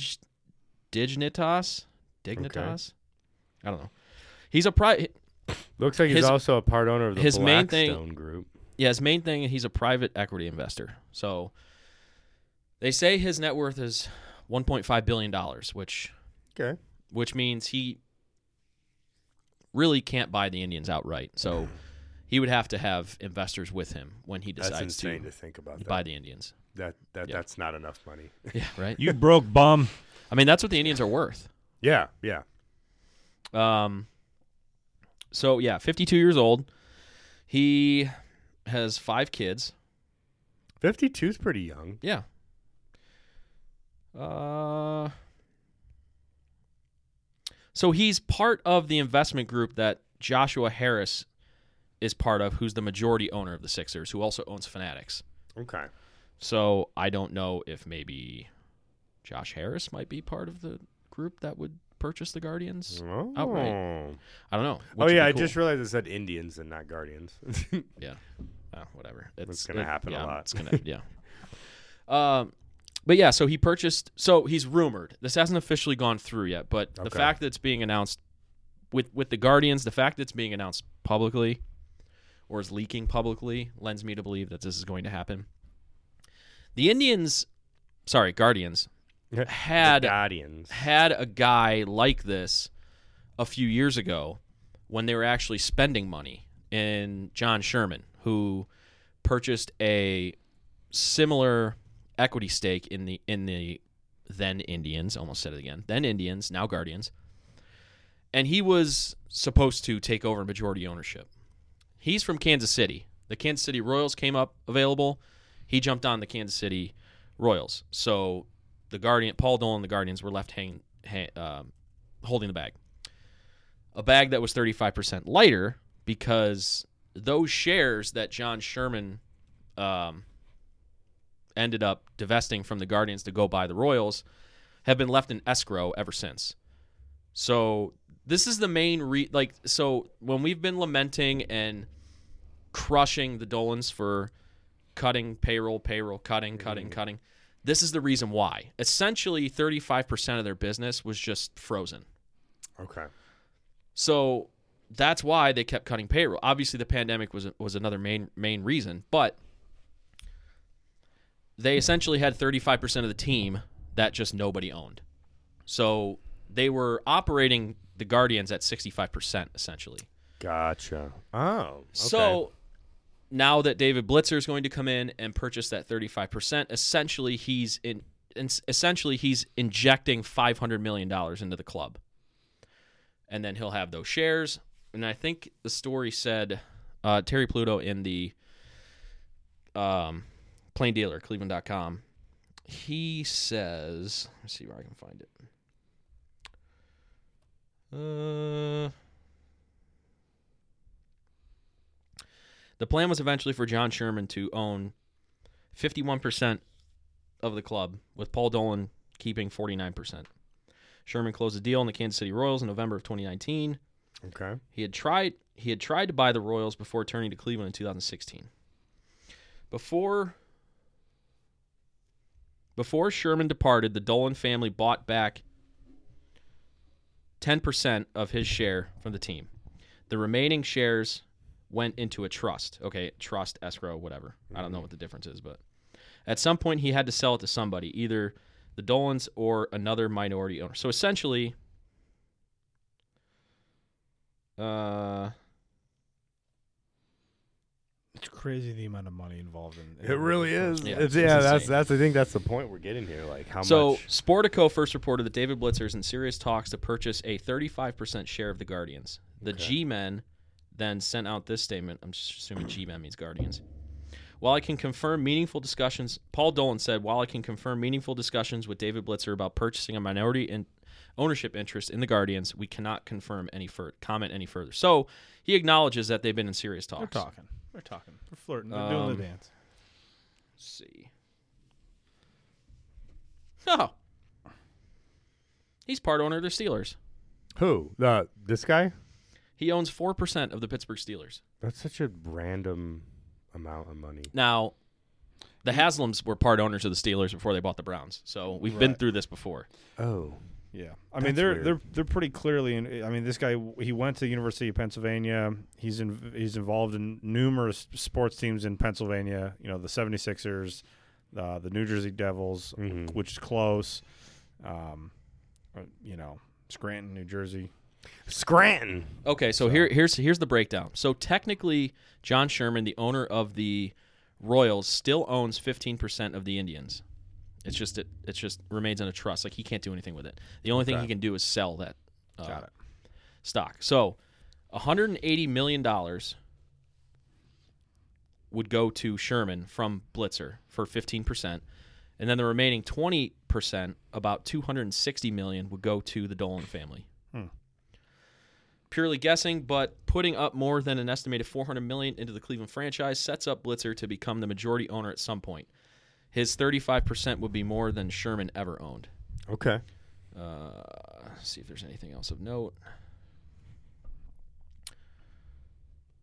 S1: Dignitas. Dignitas. I don't know. He's a pri-
S3: Looks like he's
S1: His-
S3: also a part owner of the
S1: his main thing-
S3: Blackstone Group.
S1: yeah. His main thing he's a private equity investor. So they say his net worth is 1.5 billion dollars, which
S3: Okay.
S1: which means he really can't buy the Indians outright. So he would have to have investors with him when he
S3: That's
S1: decides
S3: insane to
S1: to
S3: think about. That
S1: buy the Indians.
S3: that, that
S1: Yeah.
S3: that's not enough money.
S1: Yeah, right.
S4: You broke bum.
S1: I mean, that's what the Indians are worth.
S3: yeah, yeah.
S1: Um, so yeah, 52 years old. He has five kids.
S3: 52's pretty young.
S1: Yeah. Uh, so he's part of the investment group that Joshua Harris is part of, who's the majority owner of the Sixers, who also owns Fanatics.
S3: Okay.
S1: So I don't know if maybe Josh Harris might be part of the group that would purchase the Guardians.
S3: Oh.
S1: Outright. I don't know.
S3: Oh
S1: which would
S3: yeah,
S1: be
S3: I
S1: cool.
S3: just realized it said Indians and not Guardians.
S1: Yeah. Oh, whatever. It's,
S3: gonna happen a
S1: yeah,
S3: lot.
S1: It's gonna yeah. um, but yeah, so he purchased. So he's rumored. This hasn't officially gone through yet, but the
S3: Okay.
S1: fact that it's being announced with with the Guardians, the fact that it's being announced publicly or is leaking publicly lends me to believe that this is going to happen. The Indians, sorry, Guardians had
S3: Guardians.
S1: had a guy like this a few years ago when they were actually spending money in John Sherman, who purchased a similar equity stake in the in the then Indians, almost said it again, then Indians, now Guardians. And he was supposed to take over majority ownership. He's from Kansas City. The Kansas City Royals came up available. He jumped on the Kansas City Royals. So the Guardian, Paul Dolan, and the Guardians were left hang, hang, um, holding the bag. A bag that was 35% lighter because those shares that John Sherman um, ended up divesting from the Guardians to go buy the Royals have been left in escrow ever since. So this is the main re like so when we've been lamenting and crushing the Dolans for cutting payroll, payroll, cutting, cutting, cutting. This is the reason why. Essentially, 35% of their business was just frozen.
S4: Okay.
S1: So that's why they kept cutting payroll. Obviously, the pandemic was was another main main reason, but they essentially had 35% of the team that just nobody owned. So they were operating the Guardians at 65% essentially.
S3: Gotcha. Oh. okay.
S1: So now that David Blitzer is going to come in and purchase that 35%, essentially he's in, in essentially he's injecting 500 million dollars into the club. And then he'll have those shares. And I think the story said uh, Terry Pluto in the um, plain dealer cleveland.com he says let's see where I can find it. Uh The plan was eventually for John Sherman to own 51% of the club, with Paul Dolan keeping 49%. Sherman closed the deal on the Kansas City Royals in November of 2019.
S3: Okay.
S1: He had tried he had tried to buy the Royals before turning to Cleveland in 2016. Before before Sherman departed, the Dolan family bought back 10% of his share from the team. The remaining shares went into a trust. Okay, trust, escrow, whatever. I don't know what the difference is, but at some point he had to sell it to somebody, either the Dolans or another minority owner. So essentially, uh,
S6: It's crazy the amount of money involved in.
S3: It really is.
S1: Yeah,
S3: Yeah,
S1: it's-
S3: it's,
S1: it's
S3: yeah that's
S1: insane.
S3: that's I think that's the point we're getting here. Like how
S1: so
S3: much
S1: Sportico first reported that David Blitzer is in serious talks to purchase a 35% share of the Guardians. The G-men then sent out this statement. I'm just assuming G-men means Guardians. While I can confirm meaningful discussions, Paul Dolan said, while I can confirm meaningful discussions with David Blitzer about purchasing a minority in ownership interest in the Guardians, we cannot confirm any fur- comment any further. So he acknowledges that they've been in serious talks.
S6: They're talking. They're talking. They're flirting. They're
S1: Um,
S6: doing the dance.
S1: Let's see. Oh. He's part owner of the Steelers.
S3: who? The this guy?
S1: He owns 4% of the Pittsburgh Steelers.
S3: That's such a random amount of money.
S1: Now, the Haslams were part owners of the Steelers before they bought the Browns. So we've been through this before.
S3: Oh.
S6: Yeah.
S4: I
S3: That's
S4: mean, they're
S3: weird.
S4: they're they're pretty clearly. In, I mean, this guy he went to the University of Pennsylvania. He's in he's involved in numerous sports teams in Pennsylvania. You know, the 76ers, uh, the New Jersey Devils,
S3: Mhm.
S1: Mm-hmm.
S4: which is close. Um, uh, you know, Scranton, New Jersey.
S3: Scranton.
S1: Okay, so, here here's here's the breakdown. So technically, John Sherman, the owner of the Royals, still owns 15% of the Indians. It's just it it's just remains in a trust. Like he can't do anything with it. The only thing he can do is sell that uh, stock. So, 180 million dollars would go to Sherman from Blitzer for 15%, and then the remaining 20%, about 260 million would go to the Dolan family. Purely guessing, but putting up more than an estimated 400 million into the Cleveland franchise sets up Blitzer to become the majority owner at some point. His 35% would be more than Sherman ever owned.
S3: Okay.
S1: Uh, see if there's anything else of note.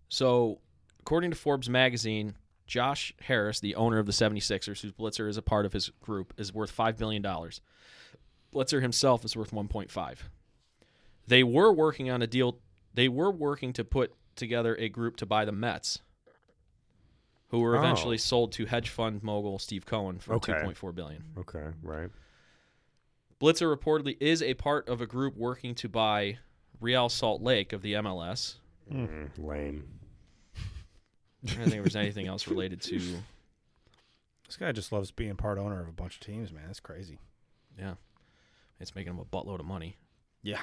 S1: So, according to Forbes magazine, Josh Harris, the owner of the 76ers, whose Blitzer is a part of his group, is worth $5 billion. Blitzer himself is worth 1.5. They were working on a deal. They were working to put together a group to buy the Mets, who were
S3: Oh.
S1: eventually sold to hedge fund mogul Steve Cohen for
S3: Okay.
S1: 2.4 billion.
S3: Okay, right.
S1: Blitzer reportedly is a part of a group working to buy Real Salt Lake of the MLS.
S3: Mm, Lame.
S1: I don't think there was anything else related to.
S6: This guy just loves being part owner of a bunch of teams, man. That's crazy.
S1: Yeah, it's making them a buttload of money.
S6: Yeah.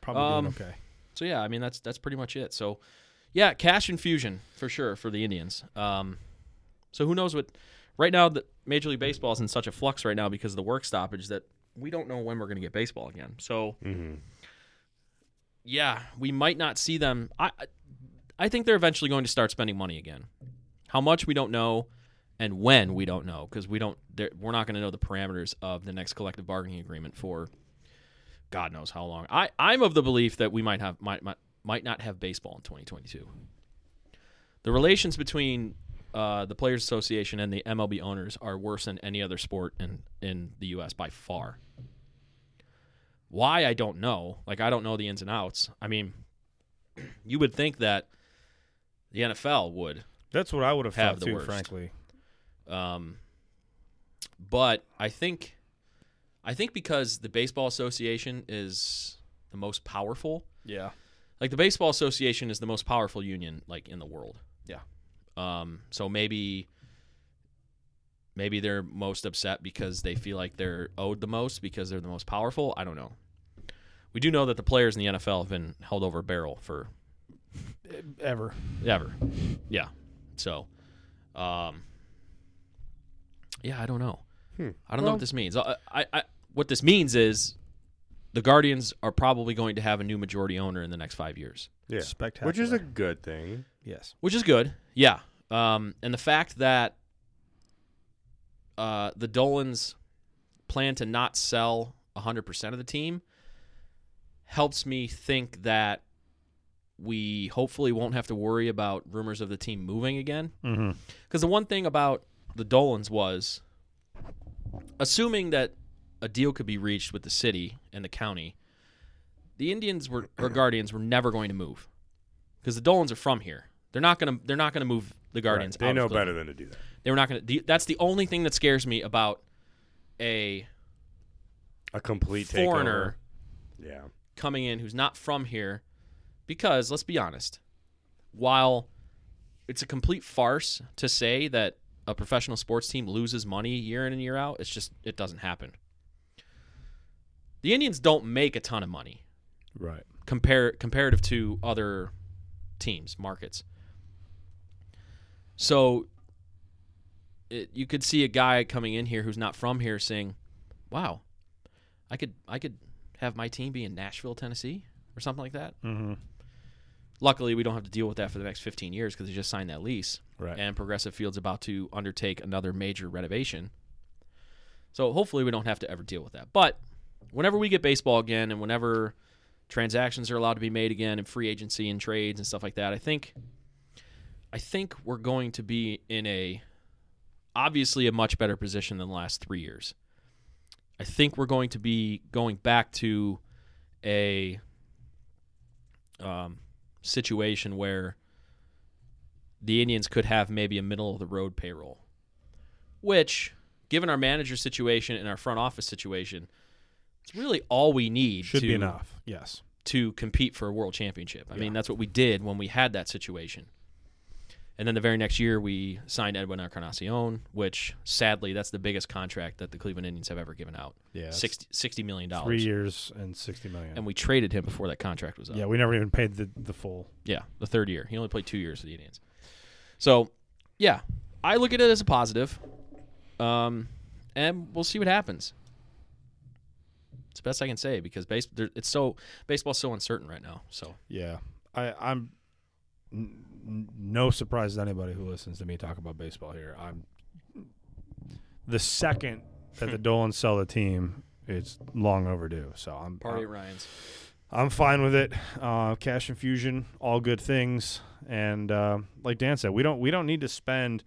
S6: Probably
S1: Um,
S6: doing okay.
S1: So yeah, I mean that's that's pretty much it. So yeah, cash infusion for sure for the Indians. Um, so who knows what? Right now, the Major League Baseball is in such a flux right now because of the work stoppage that we don't know when we're going to get baseball again. So yeah, we might not see them. I I- I think they're eventually going to start spending money again. How much we don't know, and when we don't know because we don't. there- We're not going to know the parameters of the next collective bargaining agreement for God knows how long. I I'm of the belief that we might have might might, might not have baseball in 2022. The relations between uh, the Players Association and the MLB owners are worse than any other sport in in the U.S. by far. Why I don't know. Like I don't know the ins and outs. I mean, you would think that the NFL would
S6: That's what I would have
S1: have
S6: thought
S1: the
S6: too,
S1: worst.
S6: frankly.
S1: um, but I think, I think because the baseball association is the most powerful.
S6: Yeah.
S1: Like the baseball association is the most powerful union like in the world.
S6: Yeah.
S1: Um. So maybe, maybe they're most upset because they feel like they're owed the most because they're the most powerful. I don't know. We do know that the players in the NFL have been held over a barrel for
S6: Ever.
S1: ever. Yeah. So, um, yeah, I don't know. I don't know what this means. I, I, I, what this means is the Guardians are probably going to have a new majority owner in the next five years,
S3: Yeah.
S6: Spectacular.
S3: Which is a good thing.
S6: Yes.
S1: which is good. Yeah. Um, and the fact that uh, the Dolans plan to not sell 100% of the team helps me think that we hopefully won't have to worry about rumors of the team moving again.
S6: Mm-hmm.
S1: Because the one thing about the Dolans was, assuming that a deal could be reached with the city and the county, the Indians were or Guardians were never going to move, because the Dolans are from here. They're not gonna they're not gonna move the Guardians.
S3: Right. They
S1: out
S3: know
S1: of Cleveland.
S3: better than to do that.
S1: They were not gonna. The, that's the only thing that scares me about a
S3: A complete
S1: foreigner
S3: Takeover. Yeah.
S1: coming in who's not from here because let's be honest while it's a complete farce to say that a professional sports team loses money year in and year out it's just it doesn't happen the indians don't make a ton of money
S6: Right.
S1: compare comparative to other teams markets so it, you could see a guy coming in here who's not from here saying wow i could i could have my team be in nashville tennessee or something like that
S6: Mm-hmm.
S1: luckily we don't have to deal with that for the next 15 years because they just signed that lease
S6: Right.
S1: and progressive field's about to undertake another major renovation so hopefully we don't have to ever deal with that but whenever we get baseball again and whenever transactions are allowed to be made again and free agency and trades and stuff like that i think i think we're going to be in a obviously a much better position than the last three years i think we're going to be going back to a um, situation where the Indians could have maybe a middle of the road payroll, which, given our manager situation and our front office situation, it's really all we need
S6: Should
S1: to,
S6: be enough. Yes.
S1: to compete for a world championship. I mean, that's what we did when we had that situation. And then the very next year, we signed Edwin Encarnacion, which sadly, that's the biggest contract that the Cleveland Indians have ever given out.
S6: Yeah. it's
S1: 60, $60 million.
S6: Three years and sixty million.
S1: And we traded him before that contract was up.
S6: yeah, we never even paid the, the full.
S1: Yeah, the third year. He only played two years for the Indians. So, yeah, I look at it as a positive, um, and we'll see what happens. It's the best I can say because base there, it's so baseball's so uncertain right now. So
S6: Yeah. I, I'm n- n- no surprise to anybody who listens to me talk about baseball here. I'm the second that the Dolans sell the team, it's long overdue. So I'm
S1: party at Ryan's.
S6: I'm fine with it. Uh, cash infusion, all good things, and uh, like Dan said, we don't we don't need to spend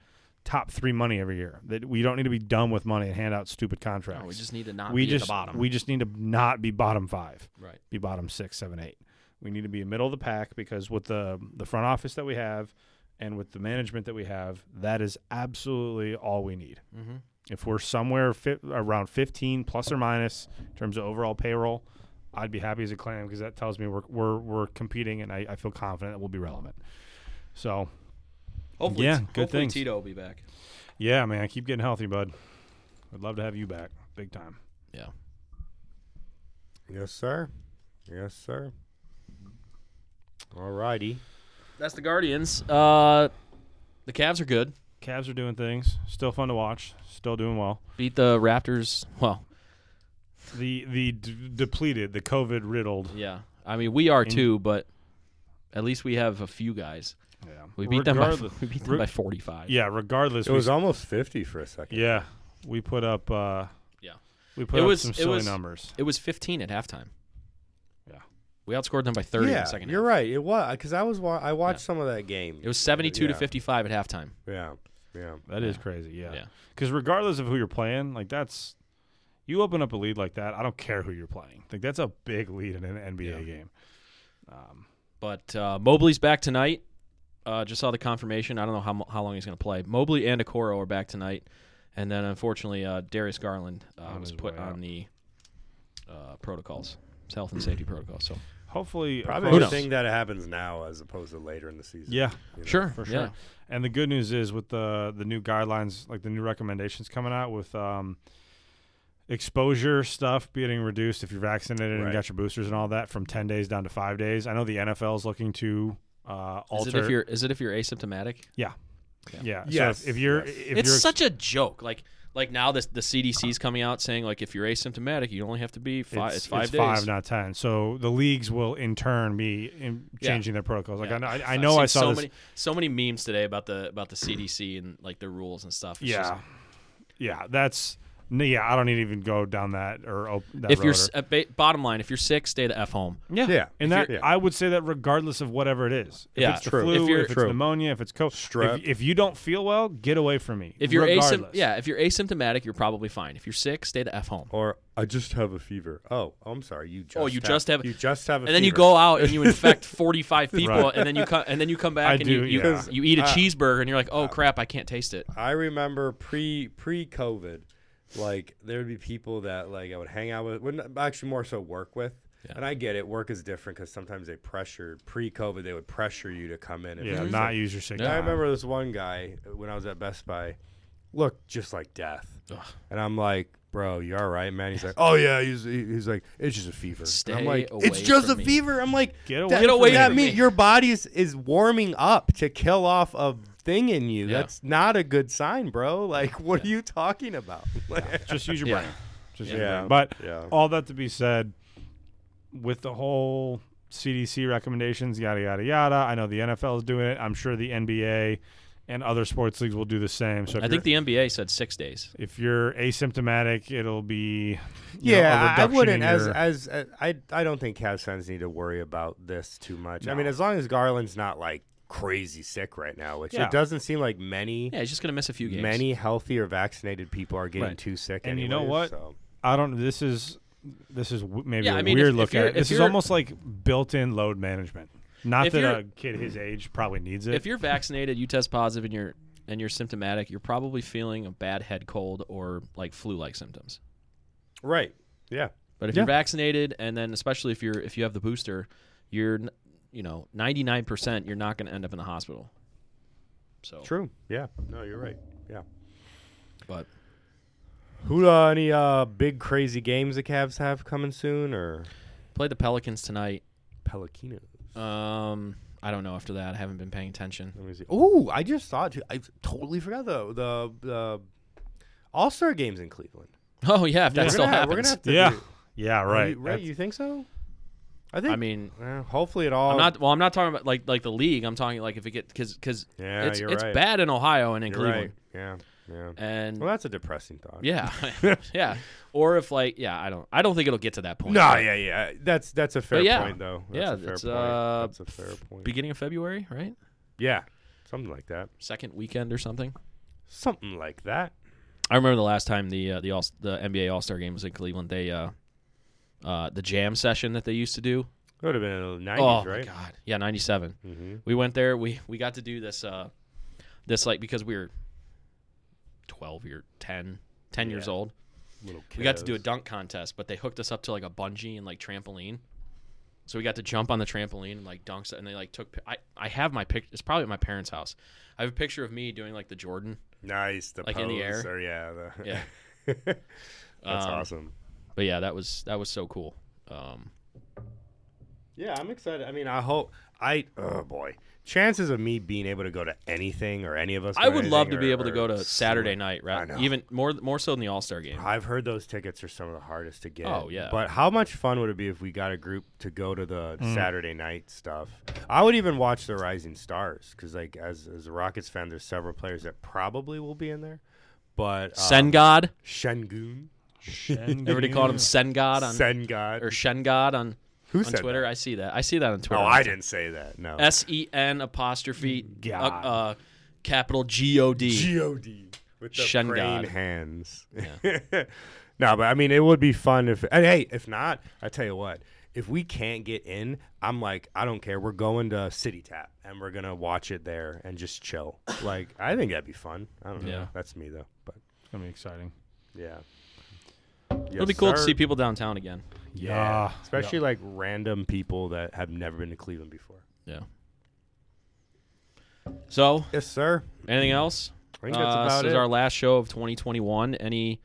S4: top three money every year. That we don't need to be dumb with money and hand out stupid contracts.
S1: No, Oh, we just need to not
S4: we
S1: be
S4: just
S1: at the bottom.
S4: we just need to not be bottom five.
S1: right.
S4: Be bottom six, seven, eight. We need to be middle of the pack because with the the front office that we have and with the management that we have, that is absolutely all we need.
S1: Mm-hmm.
S4: If we're somewhere fi- around 15 plus or minus in terms of overall payroll, I'd be happy as a clam because that tells me we're, we're, we're competing and I, I feel confident that we'll be relevant. So,
S1: Hopefully,
S4: Yeah,
S1: t-
S4: good
S1: hopefully
S4: things.
S1: Tito will be back.
S4: yeah, man, keep getting healthy, bud. I'd love to have you back big time.
S1: Yeah.
S3: Yes, sir. Yes, sir. All righty.
S1: That's the Guardians. Uh, the Cavs are good.
S4: Cavs are doing things. Still fun to watch. Still doing well.
S1: Beat the Raptors. Well,
S4: The the d- depleted, the COVID riddled.
S1: yeah. I mean, we are too, but at least we have a few guys.
S4: Yeah.
S1: We beat them by
S4: Regardless-
S1: we beat them
S4: Re-
S1: by 45.
S4: Yeah, regardless.
S3: It
S4: we
S3: was
S4: s-
S3: almost 50 for a second.
S4: yeah, we put up. Uh,
S1: Yeah.
S4: we put
S1: It
S4: up
S1: was-
S4: some
S1: it
S4: silly
S1: was-
S4: numbers.
S1: It was 15 at halftime.
S4: Yeah.
S1: We outscored them by 30 in
S3: yeah
S1: the second
S3: you're
S1: half.
S3: right. It was because I was wa- I watched some of that game.
S1: It was 72 to
S3: Yeah.
S1: 55 at halftime.
S3: Yeah, yeah.
S4: That is crazy. Yeah.
S1: Yeah.
S4: Because regardless of who you're playing, like that's you open up a lead like that. I don't care who you're playing. Like that's a big lead in an NBA game.
S1: But uh, Mobley's back tonight. Uh, just saw the confirmation. I don't know how, mo- how long he's going to play. Mobley and Okoro are back tonight, and then unfortunately uh, Darius Garland uh,
S4: On
S1: was
S4: his
S1: put
S4: way
S1: on
S4: out.
S1: the uh, protocols, his health and safety protocols. So
S4: Hopefully,
S3: Probably
S4: across-
S3: a thing that happens now as opposed to later in the season.
S4: Yeah,
S3: you know.
S1: sure,
S4: for sure.
S1: yeah.
S4: And the good news is with the the new guidelines, like the new recommendations coming out with um, exposure stuff being reduced if you're vaccinated and
S3: Right.
S4: got your boosters and all that from ten days down to five days. I know the NFL is looking to uh,
S1: Is
S4: alter.
S1: it if you're is it if you're asymptomatic?
S4: yeah,
S3: Yes,
S4: So if, if you're,
S3: yes.
S4: if
S1: it's
S4: you're
S1: such a joke. Like like now this the CDC's coming out saying like if you're asymptomatic, you only have to be five. It's, five days.
S4: five, not ten. So the leagues will in turn be in
S1: Yeah.
S4: changing their protocols. Like
S1: Yeah.
S4: I, I, I
S1: I've
S4: know
S1: seen
S4: I saw
S1: so
S4: this.
S1: many so many memes today about the about the CDC and like the rules and stuff. It's just-
S4: yeah, yeah, that's no, yeah. I don't need to even go down that or op- that
S1: if
S4: road
S1: you're
S4: or-
S1: s- uh, ba- bottom line, if you're sick, stay the f home.
S4: yeah,
S3: Yeah,
S4: and
S3: if
S4: that
S3: you're- yeah.
S4: I would say that regardless of whatever it is, if
S1: Yeah.
S4: it's the
S3: True.
S4: flu,
S1: If
S4: if,
S1: you're-
S4: it's
S3: True.
S4: pneumonia, if it's COVID,
S3: Strep.
S4: If, if you don't feel well, get away from me.
S1: If you're asymp-
S4: regardless.
S1: yeah, if you're asymptomatic, you're probably fine. If you're sick, stay the f home.
S3: Or I just have a fever. Oh, I'm sorry. You just
S1: Oh, you just have-
S3: you just have a
S1: And then you
S3: fever.
S1: go out and you infect 45 people,
S4: Right.
S1: and then you come and then you come back
S4: I
S1: and
S4: do,
S1: you you,
S4: yeah.
S1: you eat a
S3: Uh,
S1: cheeseburger and you're like, oh crap, I can't taste it.
S3: I remember pre pre COVID, like there would be people that like I would hang out with, wouldn't actually more so work with. And I get it, work is different because sometimes they pressure pre COVID, they would pressure you to come in. And
S4: yeah, not use your sick.
S1: Yeah.
S3: I
S4: time.
S3: remember this one guy uh, when I was at Best Buy, looked just like death, and I'm like. Bro, you all right, man? He's like, oh yeah, he's he- he's like, it's just a fever. And
S1: Stay
S3: I'm like,
S1: away
S3: it's just a
S1: from me."
S3: fever. I'm like,
S4: Get away
S3: that,
S1: Get away
S3: That
S1: from
S3: means
S1: me.
S3: your body is, is warming up to kill off a thing in you.
S1: Yeah.
S3: That's not a good sign, bro. Like, what are you talking about?
S4: Just use your
S1: Yeah.
S4: brain. Just
S1: Yeah.
S4: use your brain.
S3: Yeah.
S4: But
S3: Yeah.
S4: all that to be said, with the whole CDC recommendations, yada yada yada. I know the NFL is doing it. I'm sure the NBA and other sports leagues will do the same. So if
S1: I think
S4: you're,
S1: the NBA said six days.
S4: if you're asymptomatic, it'll be you know, a
S3: yeah, I I
S4: reduction in
S3: wouldn't. As,
S4: your-
S3: as as I I don't think Cavs fans need to worry about this too much. I mean,
S4: No.
S3: as long as Garland's not like crazy sick right now, which
S4: Yeah.
S3: it doesn't seem like many
S1: Yeah, he's just gonna miss a few games.
S3: many healthy or vaccinated people are getting
S1: Right.
S3: too sick.
S4: And you
S3: anyways,
S4: know what?
S3: So.
S4: I don't. This is this is w- maybe
S1: Yeah,
S4: a
S1: I mean, if-
S4: weird
S1: if
S4: look at
S1: you're-
S4: it.
S1: if
S4: This is
S1: you're-
S4: almost like built-in load management. Not
S1: If
S4: that
S1: you're-
S4: a kid his age probably needs it.
S1: If you're vaccinated, you test positive, and you're and you're symptomatic, you're probably feeling a bad head cold or like flu-like symptoms.
S3: Right. Yeah.
S1: But if
S4: Yeah.
S1: you're vaccinated, and then especially if you're if you have the booster, you're n- you know 99 percent you're not going to end up in the hospital. So
S3: True. Yeah. No, you're right. Yeah.
S1: but
S3: Who uh, any uh, big crazy games the Cavs have coming soon or
S1: play the Pelicans tonight.
S3: Pelicanos?
S1: Um, I don't know after that. I haven't been paying attention.
S3: Let me see. Oh, I just saw it too. I totally forgot the the, the All Star games in Cleveland.
S1: Oh yeah, if that
S3: We're
S1: still
S3: gonna
S1: happens.
S3: have- We're gonna have to.
S4: yeah,
S3: do-
S4: yeah, right.
S3: You, right.
S4: That's-
S3: You think so? I think.
S1: I mean,
S3: well, hopefully it all.
S1: I'm not. Well, I'm not talking about like like the league. I'm talking like if it get because because
S3: Yeah,
S1: it's
S3: you're
S1: it's
S3: right.
S1: bad in Ohio and in
S3: You're
S1: Cleveland
S3: right. Yeah. Yeah.
S1: and
S3: Well, that's a depressing thought.
S1: yeah yeah or if like yeah I don't I don't think it'll get to that point.
S3: No.
S1: but
S3: Yeah. Yeah. That's that's a fair
S1: yeah.
S3: point though. That's
S1: Yeah,
S3: A fair
S1: it's,
S3: point.
S1: uh,
S3: that's a fair point.
S1: Beginning of February, right?
S3: yeah. Something like that.
S1: Second weekend or something.
S3: something like that.
S1: I remember the last time the uh, the all, the NBA All Star game was in Cleveland. They uh, uh, the jam session that they used to do.
S3: It would have been in the
S1: oh
S3: nineties, right? Mm-hmm.
S1: my god, yeah, ninety seven. We went there. We we got to do this uh, this like because we were twelve year 10, 10 years old.
S3: Little
S1: We got to do a
S3: kiddos.
S1: dunk contest, but they hooked us up to like a bungee and like trampoline. So we got to jump on the trampoline and like dunks, and they like took. pi- I I have my picture. It's probably at my parents' house. I have a picture of me doing like the Jordan.
S3: Nice, the
S1: Like in the
S3: pose,
S1: air?
S3: Or, yeah, the,
S1: Yeah.
S3: that's
S1: Um,
S3: awesome.
S1: But yeah, that was that was so cool. Um,
S3: Yeah, I'm excited. I mean, I hope I. Oh boy, chances of me being able to go to anything or any of us.
S1: I
S3: going
S1: would love to
S3: anything
S1: be
S3: are-
S1: able to go
S3: are
S1: to Saturday
S3: slim.
S1: night,
S3: I
S1: right?
S3: know.
S1: Even more more so than the All Star game.
S3: I've heard those tickets are some of the hardest to get.
S1: Oh, yeah.
S3: But how much fun would it be if we got a group to go to the Saturday night stuff? I would even watch the Rising Stars because, like, as as a Rockets fan, there's several players that probably will be in there. But um,
S1: Sen God,
S3: Shengun,
S1: everybody called him Sen God on
S3: Sen God,
S1: or Shen God on
S3: who
S1: on
S3: said
S1: Twitter.
S3: That?
S1: I see that. I see that on Twitter.
S3: No, I didn't say that. No.
S1: S E N apostrophe uh,
S6: God.
S1: uh, capital G O D.
S3: G-O-D. With the
S1: Shun
S3: praying
S1: God.
S3: hands. no, but I mean, it would be fun if, and hey, if not, I tell you what, if we can't get in, I'm like, I don't care. We're going to City Tap and we're going to watch it there and just chill. Like, I think that'd be fun. I don't know.
S1: Yeah.
S3: That's me, though. But
S6: It's gonna be exciting.
S3: yeah.
S1: It'll be cool to see people downtown again.
S3: Yeah. Especially like random people that have never been to Cleveland before.
S1: Yeah. So,
S3: Yes, sir.
S1: anything else?
S3: I think that's
S1: Uh,
S3: about
S1: this
S3: it.
S1: is our last show of 2021. Any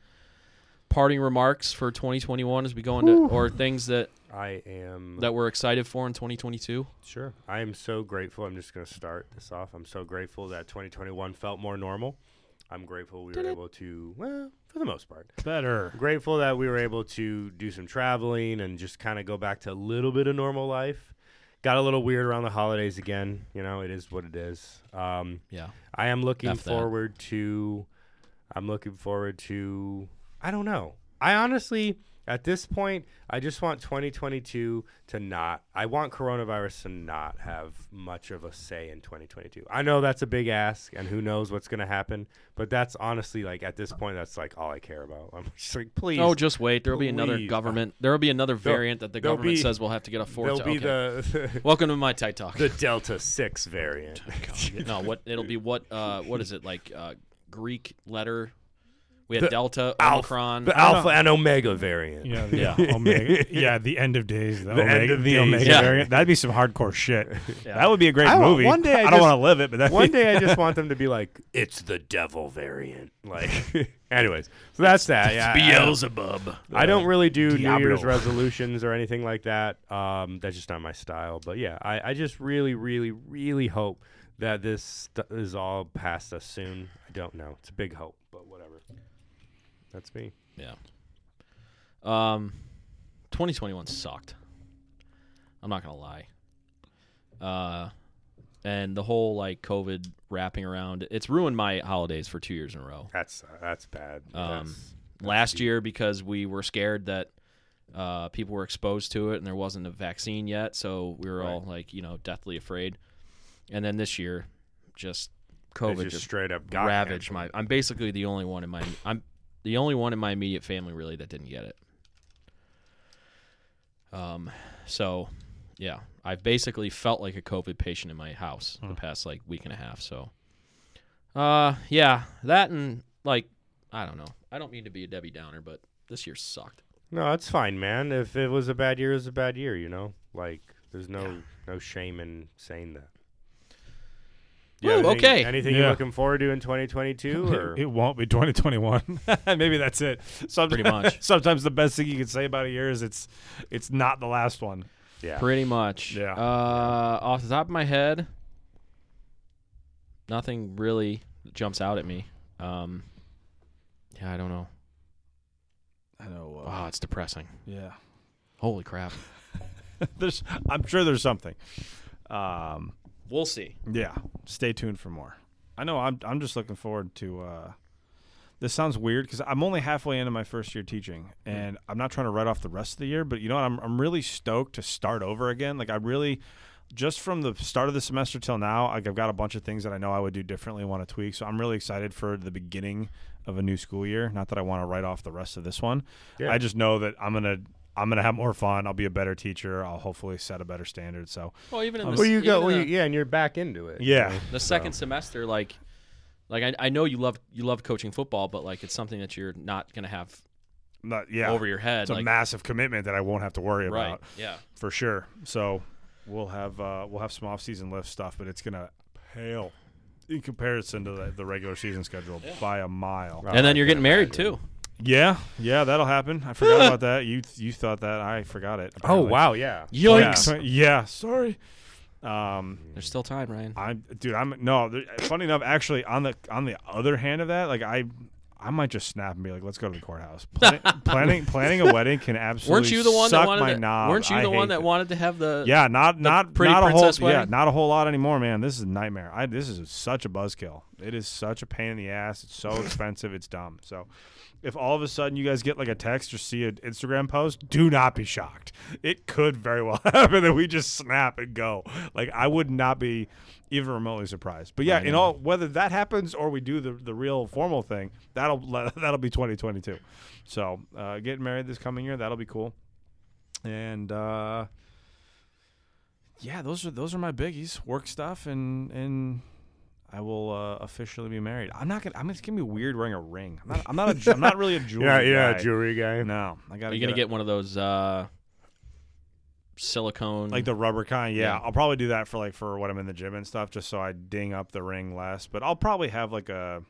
S1: parting remarks for 2021 as we go into, or things that
S3: I am.
S1: that we're excited for in 2022?
S3: Sure. I am so grateful. I'm just going to start this off. I'm so grateful that 2021 felt more normal. I'm grateful we were able to, well, for the most part,
S6: Better.
S3: grateful that we were able to do some traveling and just kind of go back to a little bit of normal life. Got a little weird around the holidays again. You know, it is what it is. Um,
S1: Yeah.
S3: I am looking
S1: F that.
S3: forward to. I'm looking forward to. I don't know. I honestly, at this point, I just want 2022 to not. I want coronavirus to not have much of a say in 2022. I know that's a big ask, and who knows what's going to happen. But that's honestly like at this point, that's like all I care about. I'm just like, please.
S1: Oh, just wait. There'll be another
S3: Please.
S1: government. There'll be another
S3: There'll-
S1: variant that the
S3: there'll
S1: government
S3: be-
S1: says we'll have to get a fourth.
S3: there'll be the
S1: Welcome to my tight talk.
S3: the Delta Six variant.
S1: Oh, no, what it'll be what uh what is it like uh Greek letter? We had Delta,
S3: Alpha-
S1: Omicron.
S3: the Alpha and Omega variant.
S6: Yeah, the
S1: Yeah.
S6: Omega, yeah, the end of days. The, Omega,
S3: end of
S6: the
S3: days.
S6: Omega
S1: Yeah.
S6: variant. That'd be some hardcore shit.
S1: Yeah.
S6: That would be a great
S3: I want-
S6: movie.
S3: one day I
S6: don't
S3: just-
S6: want to live it, but that
S3: One day I just want them to be like, it's the devil variant. Like, anyways, so that's that. Yeah, I- I don't-
S6: Beelzebub. Uh,
S3: I don't really do New
S6: Diablo.
S3: Year's resolutions or anything like that. Um, that's just not my style. But yeah, I, I just really, really, really hope that this st- is all past us soon. I don't know. It's a big hope, but whatever. That's me.
S1: Yeah. Um, 2021 sucked. I'm not gonna lie. Uh, and the whole like COVID wrapping around, it's ruined my holidays for two years in a row.
S3: That's uh, that's bad.
S1: Um,
S3: That's-
S1: last year because we were scared that uh, people were exposed to it and there wasn't a vaccine yet, so we were all like, you know, deathly afraid. And then this year, just
S3: they
S1: COVID
S3: just
S1: just,
S3: straight up got
S1: ravaged
S3: canceled.
S1: my. I'm basically the only one in my. I'm the only one in my immediate family really that didn't get it. Um, so yeah, I've basically felt like a COVID patient in my house the past like week and a half. So, uh, yeah, that and like I don't know. I don't mean to be a Debbie Downer, but this year sucked.
S3: No, that's fine, man. If it was a bad year, it was a bad year. You know, like there's no no shame in saying that. You have
S1: Woo,
S3: anything-
S1: okay.
S3: Anything you're
S6: Yeah.
S3: looking forward to in 2022? Or
S6: It, it won't be 2021. Maybe that's it. Sometimes,
S1: Pretty much.
S6: sometimes the best thing you can say about a year is it's it's not the last one.
S3: yeah,
S1: Pretty much.
S6: Yeah.
S1: Uh, off the top of my head, nothing really jumps out at me. Um, yeah, I don't know.
S6: I know.
S1: Wow, Oh, it's depressing.
S6: Yeah.
S1: Holy crap.
S6: There's, I'm sure there's something. Um,
S1: We'll see.
S6: Yeah. Stay tuned for more. I know I'm I'm just looking forward to uh this sounds weird because I'm only halfway into my first year teaching, and I'm not trying to write off the rest of the year. But you know what? I'm I'm really stoked to start over again. Like I really,
S4: just from the start of the semester till now, like I've got a bunch of things that I know I would do differently, want to tweak. So I'm really excited for the beginning of a new school year. Not that I want to write off the rest of this one.
S3: Yeah.
S4: I just know that I'm gonna I'm gonna have more fun. I'll be a better teacher. I'll hopefully set a better standard. So
S1: Well, even in the,
S3: Well, you
S1: even
S3: go.
S1: in
S3: Well, you,
S1: the,
S3: yeah, and you're back into it.
S4: yeah,
S1: the second semester, like, like I, I know you love you love coaching football, but like it's something that you're not gonna have
S4: not, yeah,
S1: over your head.
S4: It's a
S1: like,
S4: massive commitment that I won't have to worry
S1: right?
S4: about
S1: Yeah.
S4: for sure. So we'll have uh, we'll have some off season lift stuff, but it's gonna pale in comparison to the, the regular season schedule by a mile.
S1: and then you're getting married too.
S4: Yeah, yeah, that'll happen. I forgot about that. You you thought that I forgot it.
S3: Oh
S4: apparently.
S3: wow. Yeah.
S4: Yeah, so- yeah, sorry. Um,
S1: There's still time, Ryan.
S4: I'm dude. I'm no. There, funny enough, actually, on the on the other hand of that, like I. I might just snap and be like, "Let's go to the courthouse." Plan- planning planning a wedding can absolutely
S1: Weren't you the one
S4: suck
S1: that wanted?
S4: my
S1: to,
S4: knob.
S1: Weren't you
S4: I
S1: the one
S4: hate
S1: that
S4: it.
S1: wanted to have the?
S4: Yeah, not not
S1: pretty
S4: not a whole
S1: princess
S4: yeah,
S1: wedding?
S4: not a whole lot anymore, man. This is a nightmare. I this is such a buzzkill. It is such a pain in the ass. It's so expensive. It's dumb. So, if all of a sudden you guys get like a text or see an Instagram post, do not be shocked. It could very well happen that we just snap and go. Like I would not be even remotely surprised. But yeah, in all whether that happens or we do the the real formal thing, that'll that'll be 2022. So, uh, getting married this coming year, that'll be cool. And uh yeah, those are those are my biggies. Work stuff and and I will uh, officially be married. I'm not gonna. I'm it's gonna be weird wearing a ring. I'm not. I'm not. A, ju- I'm not really a jewelry.
S3: Yeah. Yeah.
S4: guy.
S3: Jewelry guy.
S4: No, I gotta.
S1: You're gonna
S4: a-
S1: get one of those uh, silicone.
S4: like the rubber kind. Yeah,
S1: Yeah.
S4: I'll probably do that for like for when I'm in the gym and stuff, just so I ding up the ring less. But I'll probably have like a.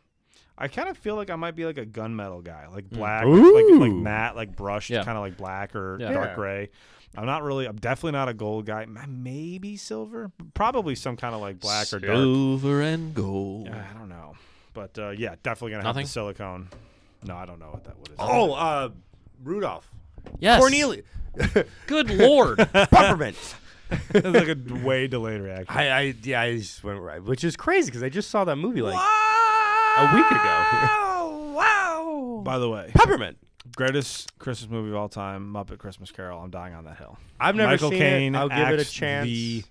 S4: I kind of feel like I might be like a gunmetal guy, like black,
S3: Ooh.
S4: like like matte, like brushed,
S1: Mm. Yeah.
S4: kind of like black or
S1: Yeah.
S4: dark
S3: Yeah.
S4: gray. I'm not really. I'm definitely not a gold guy. M- Maybe silver. Probably some kind of like black or dark.
S1: silver and gold.
S4: I don't know. But uh, yeah, definitely gonna
S1: Nothing?
S4: have the silicone. No, I don't know what that what is.
S3: Oh, uh, Rudolph.
S1: Yes.
S3: Cornelius.
S1: Good lord.
S3: Peppermint.
S4: it's like a d- way delayed reaction.
S3: I, I yeah, I just went right, which is crazy because I just saw that movie like a week ago.
S4: By the way,
S3: Peppermint.
S4: greatest Christmas movie of all time, Muppet Christmas Carol. I'm dying on that hill.
S3: I've never
S4: Michael
S3: seen
S4: Caine
S3: it. I'll give it a
S4: acts
S3: chance.
S4: the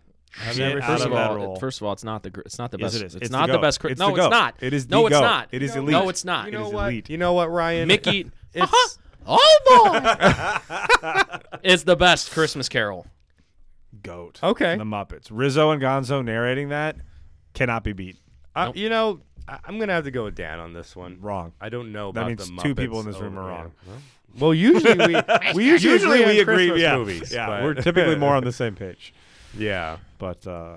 S3: I've
S4: shit
S3: never
S4: out
S1: First of
S3: seen
S4: of that
S1: all,
S3: it.
S4: role.
S1: first of all, it's not the gr- it's not the
S4: Yes,
S1: best.
S4: it is.
S1: It's,
S4: It's the
S1: not the,
S4: goat.
S1: best. Chri-
S4: It's
S1: no,
S4: the
S1: it's
S4: goat.
S1: not.
S4: It is the
S1: no, it's
S4: goat.
S1: not.
S4: It is
S1: No,
S4: elite.
S1: it's not.
S3: You
S4: It
S3: know
S4: is
S3: what?
S4: elite.
S3: You know what, Ryan?
S1: Mickey. uh-huh.
S3: It's
S1: Oh boy. it's the best Christmas Carol.
S4: Goat.
S3: Okay.
S4: The Muppets. Rizzo and Gonzo narrating that cannot be beat.
S3: I, you know I, I'm gonna have to go with Dan on this one.
S4: Wrong.
S3: I don't know
S4: That
S3: about
S4: means
S3: the
S4: two people
S3: Muppets
S4: in this room
S3: over-
S4: are wrong.
S3: yeah. Well, usually we we usually, agree on Christmas
S4: yeah,
S3: movies.
S4: yeah,
S3: but-
S4: we're typically more on the same page.
S3: yeah.
S4: But uh,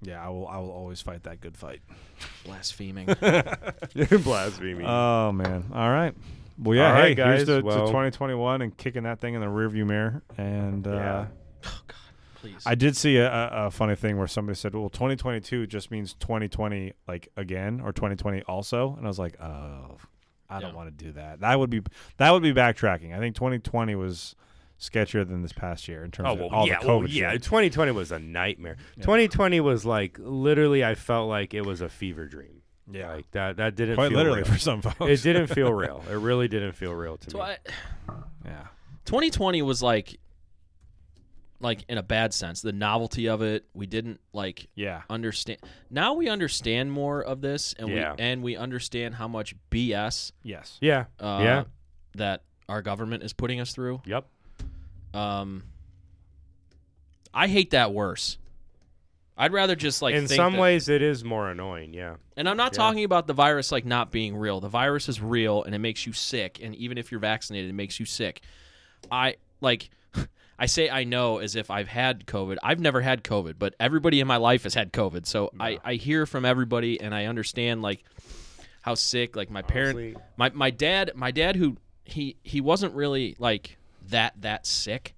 S4: yeah, I will. I will always fight that good fight.
S1: Blaspheming.
S3: Blasphemy.
S4: Oh man! All right. Well, yeah.
S3: All
S4: hey,
S3: right, guys.
S4: here's to, to
S3: Well-
S4: 2021 and kicking that thing in the rearview mirror. And uh,
S3: Yeah. Oh,
S1: Please.
S4: I did see a, a, a funny thing where somebody said, "Well, 2022 just means 2020 like again or 2020 also," and I was like, "Oh, I don't
S1: Yeah.
S4: want to do that. That would be that would be backtracking. I think 2020 was sketchier than this past year in terms
S3: Oh
S4: of
S3: well,
S4: all
S3: yeah,
S4: the COVID
S3: well, yeah.
S4: shit.
S3: 2020 was a nightmare. 2020 was like literally, I felt like it was a fever dream.
S4: Yeah.
S3: like that. That didn't
S4: quite
S3: feel
S4: literally
S3: real.
S4: for some
S3: It
S4: folks.
S3: didn't feel real. It really didn't feel real to
S1: So
S3: me.
S1: I-
S4: yeah,
S1: 2020 uh, was like like in a bad sense the novelty of it we didn't like
S4: yeah.
S1: understand now we understand more of this and
S3: Yeah.
S1: we and we understand how much bs
S4: Yes.
S3: yeah,
S1: uh,
S3: yeah,
S1: that our government is putting us through
S3: yep.
S1: um i hate that worse i'd rather just like
S3: In
S1: think
S3: some
S1: that-
S3: ways, it is more annoying. Yeah,
S1: and i'm not talking about the virus like not being real the virus is real and it makes you sick and even if you're vaccinated it makes you sick i like i say i know as if i've had covid i've never had covid but everybody in my life has had covid so i i hear from everybody and i understand like how sick like my parent
S3: Honestly-
S1: my, my dad my dad who he he wasn't really like that that sick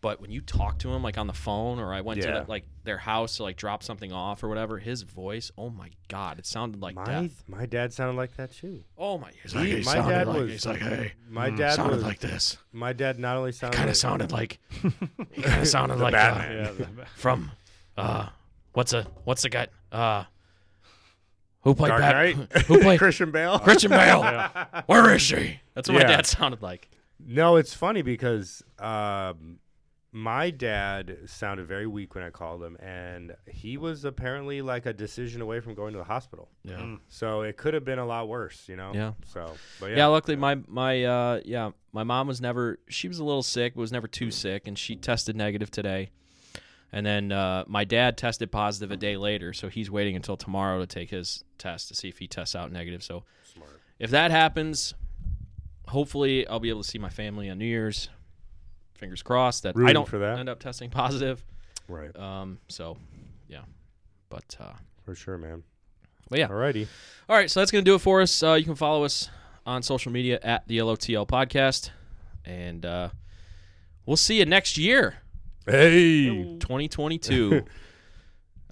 S1: but when you talk to him like on the phone or i went to
S3: Yeah.
S1: the, like their house to like drop something off or whatever his voice oh my god it sounded like
S3: my
S1: death
S3: my dad sounded like that too.
S1: oh my
S3: He- my dad was.
S9: hey,
S3: my dad
S9: sounded
S3: was.
S9: like this.
S3: my dad not only sounded
S9: Kind
S3: like,
S9: of sounded like. He kind of sounded like uh, from. Uh, what's a what's the guy? Uh, who played
S3: Dark
S9: Bat-
S3: Knight?
S9: Who played
S3: Christian Bale.
S9: Christian Bale? Where is she?
S1: that's what
S3: Yeah.
S1: my dad sounded like
S3: No, it's funny because um, my dad sounded very weak when I called him, and he was apparently like a decision away from going to the hospital.
S1: Yeah.
S3: So it could have been a lot worse, you know.
S1: Yeah.
S3: So, but yeah,
S1: Yeah. luckily my my uh yeah, my mom was never she was a little sick, but was never too sick and she tested negative today. And then uh, my dad tested positive a day later, so he's waiting until tomorrow to take his test to see if he tests out negative. So if that happens, hopefully I'll be able to see my family on New Year's. Fingers crossed that I
S3: Rooting
S1: don't
S3: for that.
S1: end up testing positive.
S3: right
S1: Um, so yeah. But uh,
S3: for sure, man.
S1: but yeah.
S3: Alrighty,
S1: All right, so that's going to do it for us. Uh, you can follow us on social media at the LOTL Podcast, and uh, we'll see you next year,
S3: hey,
S1: 2022.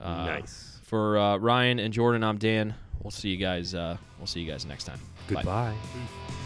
S1: uh,
S3: nice.
S1: For uh, Ryan and Jordan, I'm Dan. We'll see you guys. Uh, we'll see you guys next time. Bye.
S3: Goodbye.